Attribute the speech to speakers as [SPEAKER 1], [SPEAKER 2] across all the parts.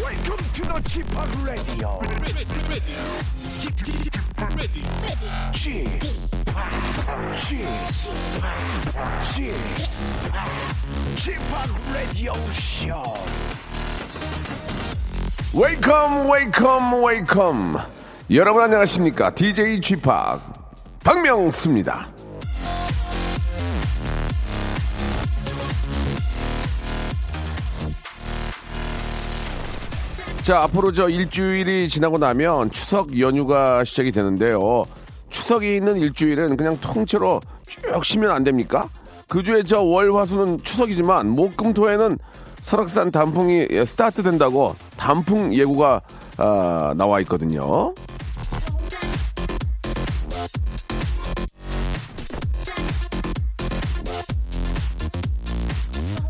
[SPEAKER 1] Welcome to the Chip Radio.
[SPEAKER 2] ready, ready, ready,
[SPEAKER 1] Chip, Chip, Chip, Radio Show.
[SPEAKER 3] 웨이컴 웨이컴 웨이컴 여러분 안녕하십니까 DJ g p 박명수입니다 자 앞으로 저 일주일이 지나고 나면 추석 연휴가 시작이 되는데요 추석이 있는 일주일은 그냥 통째로 쭉 쉬면 안 됩니까? 그 주에 저 월화수는 추석이지만 목금토에는 설악산 단풍이 스타트 된다고 단풍 예고가 아, 나와 있거든요.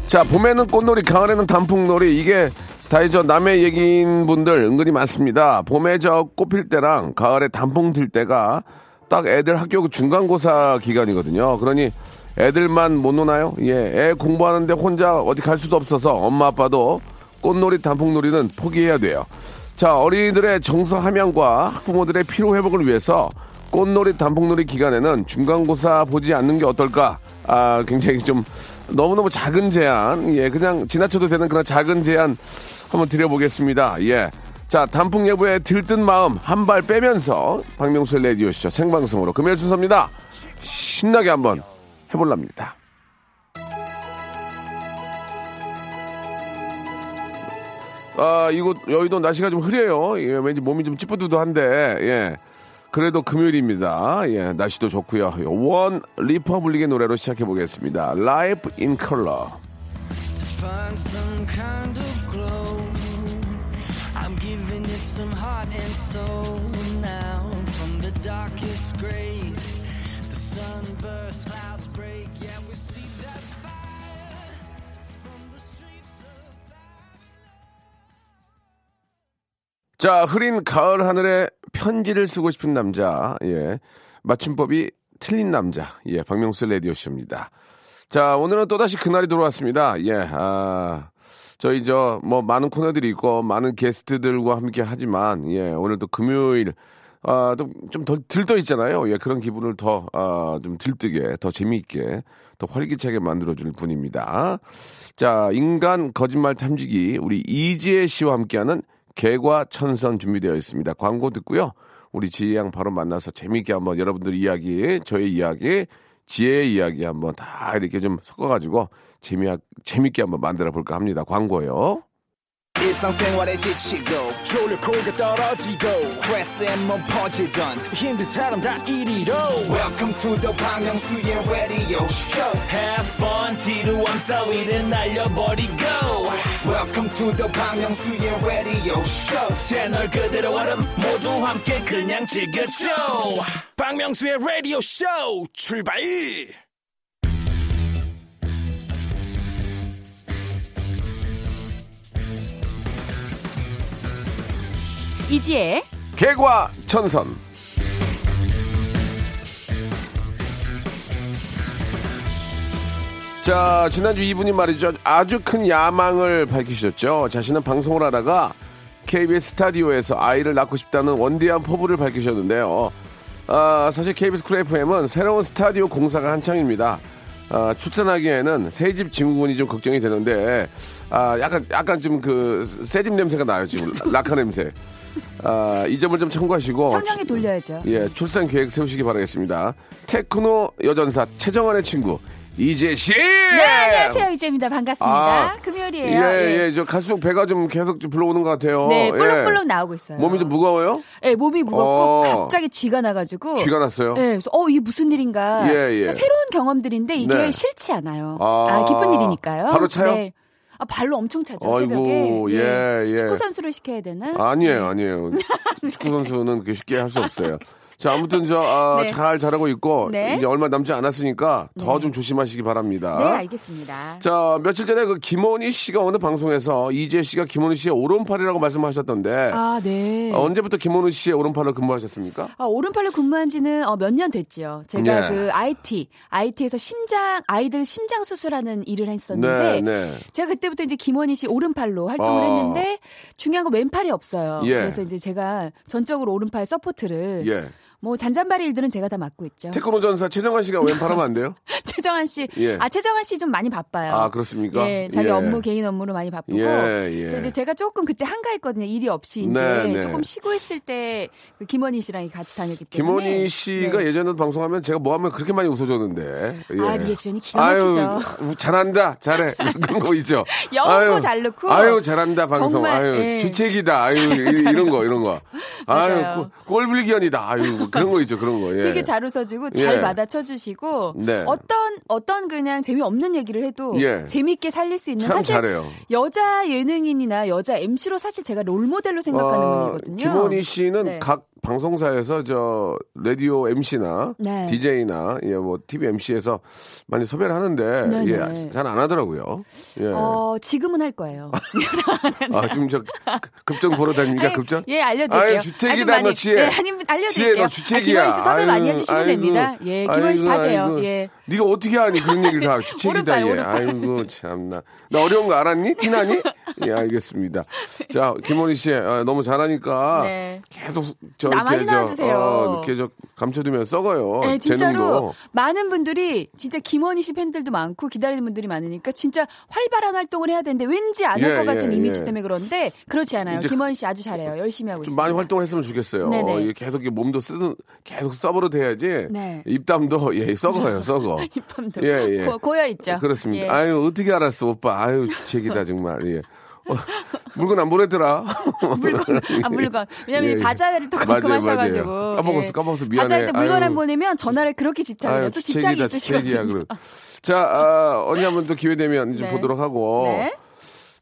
[SPEAKER 3] 자 봄에는 꽃놀이 가을에는 단풍놀이 이게 다 이제 남의 얘기인 분들 은근히 많습니다 봄에 저 꽃필 때랑 가을에 단풍 들 때가 딱 애들 학교 그 중간고사 기간이거든요 그러니 애들만 못 노나요 예애 공부하는데 혼자 어디 갈 수도 없어서 엄마 아빠도 꽃놀이 단풍놀이는 포기해야 돼요 자 어린이들의 정서 함양과 학부모들의 피로 회복을 위해서 꽃놀이 단풍놀이 기간에는 중간고사 보지 않는 게 어떨까? 아, 굉장히 좀 너무너무 작은 제안, 예, 그냥 지나쳐도 되는 그런 작은 제안 한번 드려보겠습니다. 예. 자, 단풍 예보에 들뜬 마음 한 발 빼면서 박명수의 레디오쇼 생방송으로 금요일 순서입니다. 신나게 한번 해볼랍니다. 아, 이곳 여의도 날씨가 좀 흐려요. 예, 왠지 몸이 좀 찌뿌드드한데, 예. 그래도 금요일입니다. 예, 날씨도 좋고요. 원 리퍼블릭의 노래로 시작해 보겠습니다. Life in Color.
[SPEAKER 4] find some kind of glow. I'm giving it some heart and soul now. From the darkest grace, the sun bursts, clouds break. Yeah, we see that fire from the streets of.
[SPEAKER 3] 자, 흐린 가을 하늘에 편지를 쓰고 싶은 남자. 예. 맞춤법이 틀린 남자. 예, 박명수 라디오 쇼입니다. 자, 오늘은 또다시 그날이 돌아왔습니다. 예, 아, 저희 저 뭐 많은 코너들이 있고 많은 게스트들과 함께 하지만 예, 오늘도 금요일 아, 좀좀더 들떠 있잖아요. 예, 그런 기분을 더 아, 좀 들뜨게, 더 재미있게, 더 활기차게 만들어 줄 분입니다. 자, 인간 거짓말 탐지기 우리 이지혜 씨와 함께하는 개과천선 준비되어 있습니다. 광고 듣고요. 우리 지혜 양 바로 만나서 재미있게 한번 여러분들 이야기, 저의 이야기, 지혜의 이야기 한번 다 이렇게 좀 섞어가지고 재미 재밌게 한번 만들어 볼까 합니다. 광고요.
[SPEAKER 5] 일상생활에 지치고, 졸려 코가 떨어지고, 스트레스에 몸 퍼지던, 힘든 사람 다 이리로. welcome to the Bang Myung-soo's radio show
[SPEAKER 2] Have fun 지루한 따위를 날려버리고
[SPEAKER 5] welcome to the Bang Myung-soo's radio show
[SPEAKER 2] 채널 그대로 얼음 모두 함께 그냥 즐겨줘
[SPEAKER 5] 박명수의 radio show 출발
[SPEAKER 6] 이지혜
[SPEAKER 3] 개과천선. 자, 지난주 이분이 말이죠. 아주 큰 야망을 밝히셨죠. 자신은 방송을 하다가 KBS 스타디오에서 아이를 낳고 싶다는 원대한 포부를 밝히셨는데요. 아, 사실 KBS 쿨 FM은 새로운 스타디오 공사가 한창입니다. 아, 출산하기에는 새집 증후군이 좀 걱정이 되는데, 아, 약간, 약간 좀 그 새집 냄새가 나요, 지금. 라카 냄새. 아, 이 점을 좀 참고하시고.
[SPEAKER 6] 청량에 돌려야죠.
[SPEAKER 3] 예, 출산 계획 세우시기 바라겠습니다. 테크노 여전사 최정환의 친구 이재 씨.
[SPEAKER 6] 네 안녕하세요 이지혜입니다 반갑습니다.
[SPEAKER 3] 아,
[SPEAKER 6] 금요일이에요.
[SPEAKER 3] 예, 예, 저 갈수록 배가 좀 계속 좀 불러오는 것 같아요.
[SPEAKER 6] 네
[SPEAKER 3] 예.
[SPEAKER 6] 볼록볼록 나오고 있어요.
[SPEAKER 3] 몸이 좀 무거워요?
[SPEAKER 6] 예, 몸이 무겁고
[SPEAKER 3] 어.
[SPEAKER 6] 갑자기 쥐가 나가지고.
[SPEAKER 3] 쥐가 났어요.
[SPEAKER 6] 예, 그래서 어 이게 무슨 일인가.
[SPEAKER 3] 예, 예.
[SPEAKER 6] 그러니까 새로운 경험들인데 이게
[SPEAKER 3] 네.
[SPEAKER 6] 싫지 않아요.
[SPEAKER 3] 아.
[SPEAKER 6] 아, 기쁜 일이니까요.
[SPEAKER 3] 발로 차요?
[SPEAKER 6] 아 발로 엄청 차죠
[SPEAKER 3] 아이고,
[SPEAKER 6] 새벽에.
[SPEAKER 3] 예, 예. 아,
[SPEAKER 6] 축구 선수를 시켜야 되나? 네.
[SPEAKER 3] 아니에요, 아니에요. 축구 선수는 그렇게 쉽게 할 수 없어요. 자, 아무튼 저, 아,
[SPEAKER 6] 네.
[SPEAKER 3] 잘 자라고 있고,
[SPEAKER 6] 네.
[SPEAKER 3] 이제 얼마 남지 않았으니까 더 좀 조심하시기 바랍니다.
[SPEAKER 6] 네, 알겠습니다.
[SPEAKER 3] 아? 자, 며칠 전에 그 김원희 씨가 어느 방송에서 이재 씨가 김원희 씨의 오른팔이라고 말씀하셨던데,
[SPEAKER 6] 아, 네.
[SPEAKER 3] 언제부터 김원희 씨의 오른팔로 근무하셨습니까?
[SPEAKER 6] 아, 오른팔로 근무한 지는 어, 몇 년 됐지요. 제가
[SPEAKER 3] 예.
[SPEAKER 6] 그 IT, IT에서 심장, 아이들 심장 수술하는 일을
[SPEAKER 3] 네,
[SPEAKER 6] 했었는데,
[SPEAKER 3] 네.
[SPEAKER 6] 제가 그때부터 이제 김원희 씨 오른팔로 활동을
[SPEAKER 3] 아.
[SPEAKER 6] 했는데, 중요한 건 왼팔이 없어요.
[SPEAKER 3] 예.
[SPEAKER 6] 그래서 이제 제가 전적으로 오른팔 서포트를,
[SPEAKER 3] 예.
[SPEAKER 6] 뭐 잔잔바리 일들은 제가 다 맡고 있죠.
[SPEAKER 3] 테크노 전사 최정환 씨가 왼팔하면 안
[SPEAKER 6] 네.
[SPEAKER 3] 돼요?
[SPEAKER 6] 최정환 씨,
[SPEAKER 3] 예.
[SPEAKER 6] 아, 최정환 씨 좀 많이 바빠요.
[SPEAKER 3] 아, 그렇습니까?
[SPEAKER 6] 예, 자기
[SPEAKER 3] 예.
[SPEAKER 6] 업무 개인 업무로 많이 바쁘고
[SPEAKER 3] 예, 예.
[SPEAKER 6] 그래서 이제 제가 조금 그때 한가했거든요 일이 없이 이제
[SPEAKER 3] 네, 네.
[SPEAKER 6] 조금 쉬고 있을 때그 김원희 씨랑 같이 다녔기 때문에
[SPEAKER 3] 김원희 씨가
[SPEAKER 6] 네.
[SPEAKER 3] 예전에 방송하면 제가 뭐 하면 그렇게 많이 웃어줬는데. 예.
[SPEAKER 6] 아, 리액션이 기가 막히죠.
[SPEAKER 3] 아유, 잘한다, 잘해. 그런 거 있죠.
[SPEAKER 6] 영어도
[SPEAKER 3] 아유,
[SPEAKER 6] 잘 넣고.
[SPEAKER 3] 아유, 잘한다, 방송.
[SPEAKER 6] 정말,
[SPEAKER 3] 아유,
[SPEAKER 6] 예.
[SPEAKER 3] 주책이다. 아유, 이- 이런 거, 이런 거. 아유,
[SPEAKER 6] 맞아요.
[SPEAKER 3] 꼴, 불기견이다 아유, 뭐 그런 거 있죠, 그런 거. 예.
[SPEAKER 6] 되게 잘 웃어주고 잘
[SPEAKER 3] 예.
[SPEAKER 6] 받아쳐주시고
[SPEAKER 3] 네.
[SPEAKER 6] 어떤 어떤 그냥 재미없는 얘기를 해도
[SPEAKER 3] 예.
[SPEAKER 6] 재미있게 살릴 수 있는
[SPEAKER 3] 참
[SPEAKER 6] 사실
[SPEAKER 3] 잘해요.
[SPEAKER 6] 여자 예능인이나 여자 MC로 사실 제가 롤모델로 생각하는
[SPEAKER 3] 아,
[SPEAKER 6] 분이거든요.
[SPEAKER 3] 김원희 씨는
[SPEAKER 6] 네.
[SPEAKER 3] 각 방송사에서 저 라디오 MC나
[SPEAKER 6] 네.
[SPEAKER 3] DJ나 예, 뭐 TV MC에서 많이 섭외를 하는데
[SPEAKER 6] 네,
[SPEAKER 3] 예,
[SPEAKER 6] 네.
[SPEAKER 3] 잘 안 하더라고요. 예.
[SPEAKER 6] 어, 지금은 할 거예요.
[SPEAKER 3] 아, 지금 저 급정 보러 다닙니까? 급정?
[SPEAKER 6] 예, 알려드릴게요.
[SPEAKER 3] 아유,
[SPEAKER 6] 아주
[SPEAKER 3] 주택이다,
[SPEAKER 6] 많이-
[SPEAKER 3] 너 지혜.
[SPEAKER 6] 예, 아니, 알려드릴게요.
[SPEAKER 3] 지혜, 너 주택이야.
[SPEAKER 6] 아, 김원희 씨 섭외
[SPEAKER 3] 아유,
[SPEAKER 6] 많이 해주시면
[SPEAKER 3] 아이고,
[SPEAKER 6] 됩니다. 예, 김원희 씨다
[SPEAKER 3] 아이고,
[SPEAKER 6] 돼요.
[SPEAKER 3] 아이고.
[SPEAKER 6] 예.
[SPEAKER 3] 네가 어떻게 아니 그런 얘기를 다 주책이다,
[SPEAKER 6] 오른발,
[SPEAKER 3] 얘.
[SPEAKER 6] 오른발.
[SPEAKER 3] 아이고, 참나. 나 어려운 거 알았니? 티나니? 예, 알겠습니다. 자, 김원희 씨, 아, 너무 잘하니까
[SPEAKER 6] 네.
[SPEAKER 3] 계속 저
[SPEAKER 6] 나
[SPEAKER 3] 이렇게
[SPEAKER 6] 많이
[SPEAKER 3] 저,
[SPEAKER 6] 넣어주세요.
[SPEAKER 3] 어, 이렇게 저 감춰두면 썩어요. 재능도.
[SPEAKER 6] 예, 진짜로 많은 분들이 진짜 김원희 씨 팬들도 많고 기다리는 분들이 많으니까 진짜 활발한 활동을 해야 되는데 왠지 안 할
[SPEAKER 3] 예,
[SPEAKER 6] 것 같은
[SPEAKER 3] 예,
[SPEAKER 6] 이미지
[SPEAKER 3] 예.
[SPEAKER 6] 때문에 그런데 그렇지 않아요.
[SPEAKER 3] 이제
[SPEAKER 6] 김원희 씨 아주 잘해요. 열심히 하고
[SPEAKER 3] 좀
[SPEAKER 6] 있어요.
[SPEAKER 3] 많이 활동했으면 좋겠어요.
[SPEAKER 6] 네네.
[SPEAKER 3] 예, 계속 이게 몸도 쓰는 계속 써버릇해야지
[SPEAKER 6] 네.
[SPEAKER 3] 입담도 예 썩어요, 썩어.
[SPEAKER 6] 입담도
[SPEAKER 3] 예, 예.
[SPEAKER 6] 고- 고여있죠.
[SPEAKER 3] 그렇습니다.
[SPEAKER 6] 예.
[SPEAKER 3] 아유 어떻게 알았어, 오빠. 아유 주책이다 정말. 예. 어, 물건 안 보냈더라.
[SPEAKER 6] 물건 아 물건 왜냐면
[SPEAKER 3] 예,
[SPEAKER 6] 이
[SPEAKER 3] 예.
[SPEAKER 6] 바자회를 또
[SPEAKER 3] 맞아요,
[SPEAKER 6] 가끔 하셔가지고 예.
[SPEAKER 3] 맞아요. 까먹었어, 까먹었어. 미안해.
[SPEAKER 6] 바자회 때 물건
[SPEAKER 3] 아유.
[SPEAKER 6] 안 보내면 전화를 그렇게 집착을 해요 또 집착이
[SPEAKER 3] 주책이다, 주책이야.
[SPEAKER 6] 있으시거든요
[SPEAKER 3] 그럼. 자 아, 언제 한번 또 기회 되면 좀
[SPEAKER 6] 네.
[SPEAKER 3] 보도록 하고.
[SPEAKER 6] 네.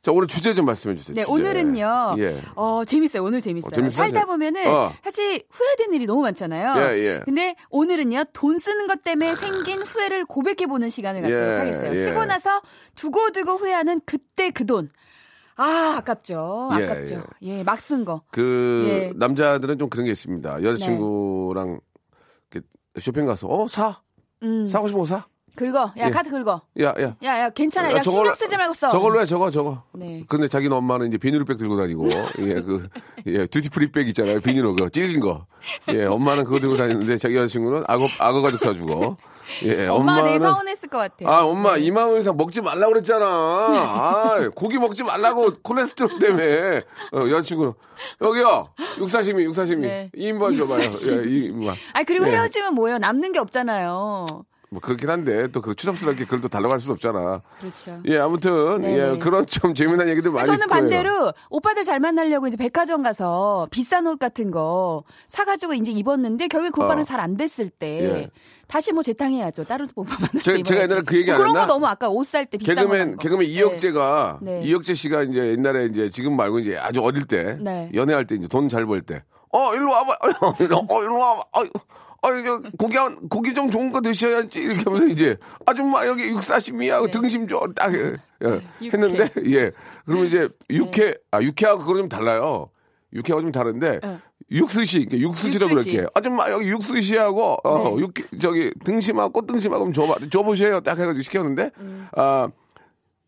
[SPEAKER 3] 자 오늘 주제 좀 말씀해 주세요.
[SPEAKER 6] 네,
[SPEAKER 3] 주제.
[SPEAKER 6] 오늘은요.
[SPEAKER 3] 어, 예.
[SPEAKER 6] 어, 재밌어요. 오늘 재밌어요.
[SPEAKER 3] 어, 재밌어요?
[SPEAKER 6] 살다 보면은
[SPEAKER 3] 어.
[SPEAKER 6] 사실 후회되는 일이 너무 많잖아요.
[SPEAKER 3] 예, 예.
[SPEAKER 6] 근데 오늘은요. 돈 쓰는 것 때문에 생긴 후회를 고백해 보는 시간을 갖도록
[SPEAKER 3] 예,
[SPEAKER 6] 하겠어요.
[SPEAKER 3] 예.
[SPEAKER 6] 쓰고 나서 두고두고 후회하는 그때 그 돈. 아, 아깝죠.
[SPEAKER 3] 예,
[SPEAKER 6] 아깝죠. 예, 막 쓴 거.
[SPEAKER 3] 그
[SPEAKER 6] 예. 네.
[SPEAKER 3] 남자들은 좀 그런 게 있습니다. 여자친구랑 이렇게 쇼핑 가서 어사
[SPEAKER 6] 음.
[SPEAKER 3] 사고 싶은 거 사.
[SPEAKER 6] 긁어. 야,
[SPEAKER 3] 예.
[SPEAKER 6] 카드 긁어.
[SPEAKER 3] 야, 야.
[SPEAKER 6] 야, 야, 괜찮아. 야,
[SPEAKER 3] 저걸로-
[SPEAKER 6] 신경 쓰지 말고 써.
[SPEAKER 3] 저걸로 해, 저거, 저거.
[SPEAKER 6] 네.
[SPEAKER 3] 근데 자기는 엄마는 이제 비닐백 들고 다니고, 예, 그, 예, 듀티프리백 있잖아요. 비닐로, 그, 찔린 거. 예, 엄마는 그거 들고 다니는데 자기 여자친구는 악어, 악어 가죽 사주고. 예,
[SPEAKER 6] 엄마 되게
[SPEAKER 3] 엄마는.
[SPEAKER 6] 서운했을 것 같아요.
[SPEAKER 3] 아, 엄마,
[SPEAKER 6] 네.
[SPEAKER 3] 2만원 이상 먹지 말라고 그랬잖아. 아, 고기 먹지 말라고 콜레스테롤 때문에. 어, 여자친구는, 여기요, 육사시미, 육사시미.
[SPEAKER 6] 네.
[SPEAKER 3] 2인분 줘봐요.
[SPEAKER 6] 육사시미.
[SPEAKER 3] 예, 2인분.
[SPEAKER 6] 아니, 그리고
[SPEAKER 3] 예.
[SPEAKER 6] 헤어지면 뭐예요? 남는 게 없잖아요.
[SPEAKER 3] 뭐 그렇긴 한데, 또 그 추잡스럽게 그걸 또 달라고 할 수는 없잖아.
[SPEAKER 6] 그렇죠.
[SPEAKER 3] 예, 아무튼,
[SPEAKER 6] 네네.
[SPEAKER 3] 예, 그런 좀 재미난 얘기들 많이
[SPEAKER 6] 저는
[SPEAKER 3] 있을 거예요.
[SPEAKER 6] 반대로 오빠들 잘 만나려고 이제 백화점 가서 비싼 옷 같은 거 사가지고 이제 입었는데 결국에 그 오빠는
[SPEAKER 3] 어.
[SPEAKER 6] 잘 안 됐을 때
[SPEAKER 3] 예.
[SPEAKER 6] 다시 뭐 재탕해야죠. 다른 오빠 만나서
[SPEAKER 3] 제가- 제가 옛날에 그 얘기 안
[SPEAKER 6] 그런
[SPEAKER 3] 했나?
[SPEAKER 6] 거 너무 아까 옷 살 때 비싼
[SPEAKER 3] 개그맨
[SPEAKER 6] 거. 예.
[SPEAKER 3] 개그맨 이혁재가
[SPEAKER 6] 네. 네.
[SPEAKER 3] 이혁재 씨가 이제 옛날에 이제 지금 말고 이제 아주 어릴 때
[SPEAKER 6] 네.
[SPEAKER 3] 연애할 때 이제 돈 잘 벌 때. 어 일로 와봐. 어 일로 와봐. 어, 어 이거 고기 한 고기 좀 좋은 거 드셔야지 이렇게 하면서 이제 아줌마 여기 육사심이야 등심 줘딱 예, 예,
[SPEAKER 6] 네. 육회. 네.
[SPEAKER 3] 했는데 예 그러면 이제 육회 아 육회하고 그거 좀 달라요. 육회하고 좀 다른데 육수시 그러니까 육수시라고
[SPEAKER 6] 네. 육수시.
[SPEAKER 3] 그럴게. 아줌마 여기 육수시하고 어,
[SPEAKER 6] 네.
[SPEAKER 3] 육 저기 등심하고 꽃등심하고 좀 줘봐 줘보세요. 딱 해가지고 시켰는데
[SPEAKER 6] 음.
[SPEAKER 3] 아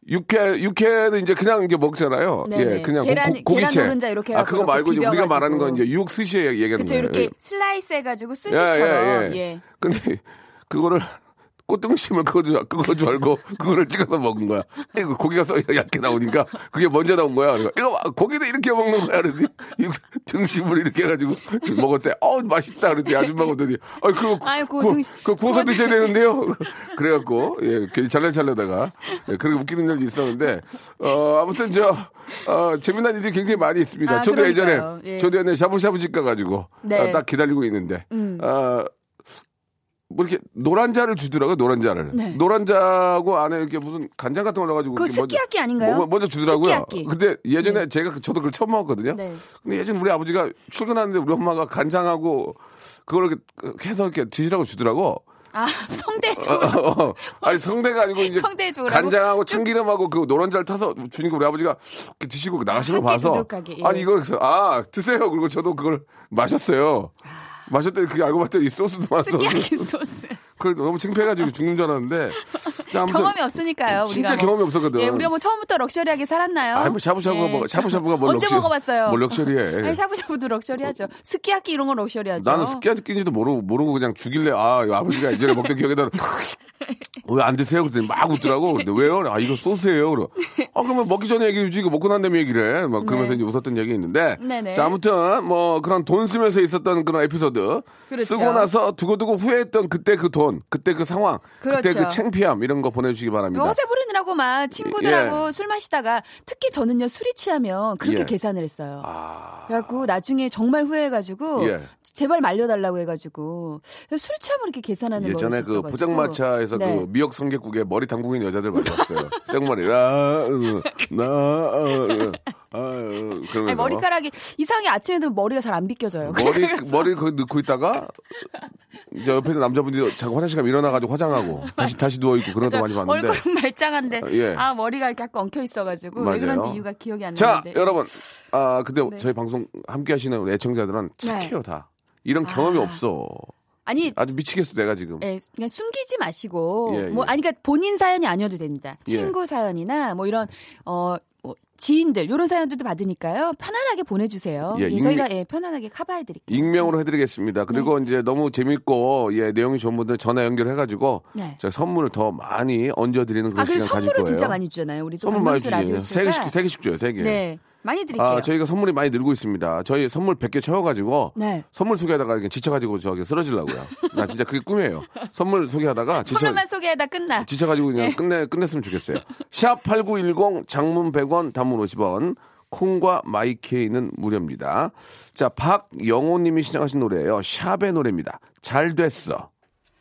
[SPEAKER 3] 육회 육회는 이제 그냥 이제 먹잖아요.
[SPEAKER 6] 네네.
[SPEAKER 3] 예, 그냥
[SPEAKER 6] 계란-
[SPEAKER 3] 고, 기채
[SPEAKER 6] 계란 노른자 이렇게
[SPEAKER 3] 아
[SPEAKER 6] 해갖고
[SPEAKER 3] 그거 말고 이제
[SPEAKER 6] 이렇게
[SPEAKER 3] 우리가
[SPEAKER 6] 비벼가지고.
[SPEAKER 3] 말하는 건 이제 육수시 얘기하는
[SPEAKER 6] 그렇죠.
[SPEAKER 3] 거예요.
[SPEAKER 6] 이렇게 슬라이스 해가지고 스시처럼 예.
[SPEAKER 3] 근데 그거를 꽃등심을 그거 줄, 그거 줄 알고 그거를 찍어서 먹은 거야. 이거 고기가 써 얇게 나오니까 그게 먼저 나온 거야. 그래서 이거 봐, 고기도 이렇게 먹는 거야. 그러더니 이 등심을 이렇게 해가지고 먹었대. 어우 맛있다. 그랬더니 아줌마가 오더니 아 그거 구-
[SPEAKER 6] 아유, 그거
[SPEAKER 3] 구워-
[SPEAKER 6] 등심-
[SPEAKER 3] 그거 구워서
[SPEAKER 6] 구워-
[SPEAKER 3] 드셔야 되는데요. 그래갖고 예 괜히 잘라잘라다가 예, 그렇게 웃기는 일이 있었는데 어 아무튼 저 어, 재미난 일이 굉장히 많이 있습니다.
[SPEAKER 6] 아,
[SPEAKER 3] 저도
[SPEAKER 6] 그러니까요.
[SPEAKER 3] 예전에 어,
[SPEAKER 6] 예.
[SPEAKER 3] 저도 옛날에 샤브샤브 집 가가지고
[SPEAKER 6] 네.
[SPEAKER 3] 아, 딱 기다리고 있는데 아, 뭐 이렇게 노란자를 주더라고요, 노란자를.
[SPEAKER 6] 네.
[SPEAKER 3] 노란자하고 안에 이렇게 무슨 간장 같은 걸 넣어가지고.
[SPEAKER 6] 그거
[SPEAKER 3] 이렇게 먼저-
[SPEAKER 6] 스키야키 아닌가요?
[SPEAKER 3] 뭐- 먼저 주더라고요.
[SPEAKER 6] 스키야키.
[SPEAKER 3] 근데 예전에 제가 저도 그걸 처음 먹었거든요.
[SPEAKER 6] 네.
[SPEAKER 3] 근데 예전 우리 아버지가 출근하는데 우리 엄마가 간장하고 그걸 이렇게 해서 이렇게 드시라고 주더라고.
[SPEAKER 6] 아 성대적으로
[SPEAKER 3] 어, 어. 아니 성대가 아니고 이제
[SPEAKER 6] 성대에 좋으라고?
[SPEAKER 3] 간장하고 참기름하고 그 노른자를 타서 주니까 우리 아버지가 이렇게 드시고 나가시는 거
[SPEAKER 6] 함께
[SPEAKER 3] 봐서
[SPEAKER 6] 노력하게, 예.
[SPEAKER 3] 아니 이거 그래서 아 드세요 그리고 저도 그걸 마셨어요
[SPEAKER 6] 아.
[SPEAKER 3] 마셨더니 그게 알고 봤더니 이 소스도 맛 소스
[SPEAKER 6] 스키야키 소스
[SPEAKER 3] 그걸 너무 창피해가지고 죽는 줄 알았는데 자, 아무튼
[SPEAKER 6] 경험이 없으니까요.
[SPEAKER 3] 어, 진짜
[SPEAKER 6] 우리가 뭐.
[SPEAKER 3] 경험이 없었거든.
[SPEAKER 6] 예, 우리가 뭐 처음부터 럭셔리하게 살았나요?
[SPEAKER 3] 아니 뭐 샤브샤브가
[SPEAKER 6] 예.
[SPEAKER 3] 뭐 샤브샤브가 뭘
[SPEAKER 6] 언제
[SPEAKER 3] 럭셔-
[SPEAKER 6] 먹어봤어요?
[SPEAKER 3] 뭘 럭셔리해 예.
[SPEAKER 6] 아니 샤브샤브도 럭셔리하죠. 스키야키 이런 건 럭셔리하죠.
[SPEAKER 3] 나는 스키야끼인지도 모르고 모르고 그냥 죽일래 아 이거 아버지가 예전에 먹던 기억이 나는 왜 안 드세요? 그랬더니 막 웃더라고. 근데 왜요? 아 이거 소스예요. 그러. 아 그러면 먹기 전에 얘기해 주지 이거 먹고 난 다음에 얘기를 해. 막 그러면서
[SPEAKER 6] 네.
[SPEAKER 3] 이제 웃었던 얘기 있는데.
[SPEAKER 6] 네네.
[SPEAKER 3] 자 아무튼 뭐 그런 돈 쓰면서 있었던 그런 에피소드.
[SPEAKER 6] 그렇죠.
[SPEAKER 3] 쓰고 나서 두고두고 후회했던 그때 그 돈, 그때 그 상황, 그때
[SPEAKER 6] 그렇죠.
[SPEAKER 3] 그 창피함 이런 거 보내주시기 바랍니다.
[SPEAKER 6] 허세 부리느라고 막 친구들하고 술 마시다가 특히 저는요 술이 취하면 그렇게
[SPEAKER 3] 예.
[SPEAKER 6] 계산을 했어요.
[SPEAKER 3] 아
[SPEAKER 6] 그래갖고 나중에 정말 후회해가지고
[SPEAKER 3] 예.
[SPEAKER 6] 제발 말려달라고 해가지고 술 취하면 이렇게 계산하는 네. 거
[SPEAKER 3] 예전에 그 포장마차에서 그 미역 성게국에 머리 담그고 있는 여자들 많이 봤어요. 생머리 나나그러 어,
[SPEAKER 6] 아니, 머리카락이 이상하게 아침에 되면 머리가 잘 안 빗겨져요.
[SPEAKER 3] 머리 머리를 거기 넣고 있다가 이제 옆에 있는 남자분들이 자꾸 화장실 가면 일어나가지고 화장하고 다시 다시 누워 있고 그런 거 많이 봤는데.
[SPEAKER 6] 얼굴은 말짱한데
[SPEAKER 3] 아, 예.
[SPEAKER 6] 아 머리가 이렇게 약간 엉켜 있어가지고
[SPEAKER 3] 맞아요.
[SPEAKER 6] 왜 그런지 이유가 기억이 안
[SPEAKER 3] 자
[SPEAKER 6] 나는데. 네.
[SPEAKER 3] 여러분 아 근데 저희 방송 함께 하시는 우리 애청자들은
[SPEAKER 6] 네.
[SPEAKER 3] 착해요 다 이런
[SPEAKER 6] 아.
[SPEAKER 3] 경험이 없어
[SPEAKER 6] 아니
[SPEAKER 3] 아주 미치겠어 내가 지금
[SPEAKER 6] 예, 그냥 숨기지 마시고
[SPEAKER 3] 예, 예.
[SPEAKER 6] 뭐 아니 그러니까 본인 사연이 아니어도 됩니다.
[SPEAKER 3] 예.
[SPEAKER 6] 친구 사연이나 뭐 이런 어. 뭐 지인들 요런 사연들도 받으니까요 편안하게 보내주세요.
[SPEAKER 3] 예,
[SPEAKER 6] 예,
[SPEAKER 3] 익명-
[SPEAKER 6] 저희가 예, 편안하게 커버해드릴게요.
[SPEAKER 3] 익명으로 해드리겠습니다. 그리고
[SPEAKER 6] 네.
[SPEAKER 3] 이제 너무 재밌고 예 내용이 좋은 분들 전화 연결해가지고
[SPEAKER 6] 네.
[SPEAKER 3] 제가 선물을 더 많이 얹어드리는 그런
[SPEAKER 6] 아 그리고
[SPEAKER 3] 시간 가질
[SPEAKER 6] 선물을
[SPEAKER 3] 거예요.
[SPEAKER 6] 진짜 많이 주잖아요. 우리 또
[SPEAKER 3] 선물 많이
[SPEAKER 6] 박명수 라디오
[SPEAKER 3] 주세요. 세
[SPEAKER 6] 씨가
[SPEAKER 3] 개씩 세 개씩 줘요 세 개.
[SPEAKER 6] 네 많이 드릴게요.
[SPEAKER 3] 아 저희가 선물이 많이 늘고 있습니다. 저희 선물 100개 채워가지고
[SPEAKER 6] 네.
[SPEAKER 3] 선물 소개하다가 이렇게 지쳐가지고 저기 쓰러지려고요. 나 진짜 그게 꿈이에요. 선물 소개하다가 지쳐.
[SPEAKER 6] 선물만 소개하다 끝나.
[SPEAKER 3] 지쳐가지고 그냥
[SPEAKER 6] 네.
[SPEAKER 3] 끝내, 끝냈으면 좋겠어요. 샵8910 장문 100원 단문 50원 콩과 마이케이는 무료입니다. 자, 박영호님이 신청하신 노래예요. 샵의 노래입니다. 잘 됐어.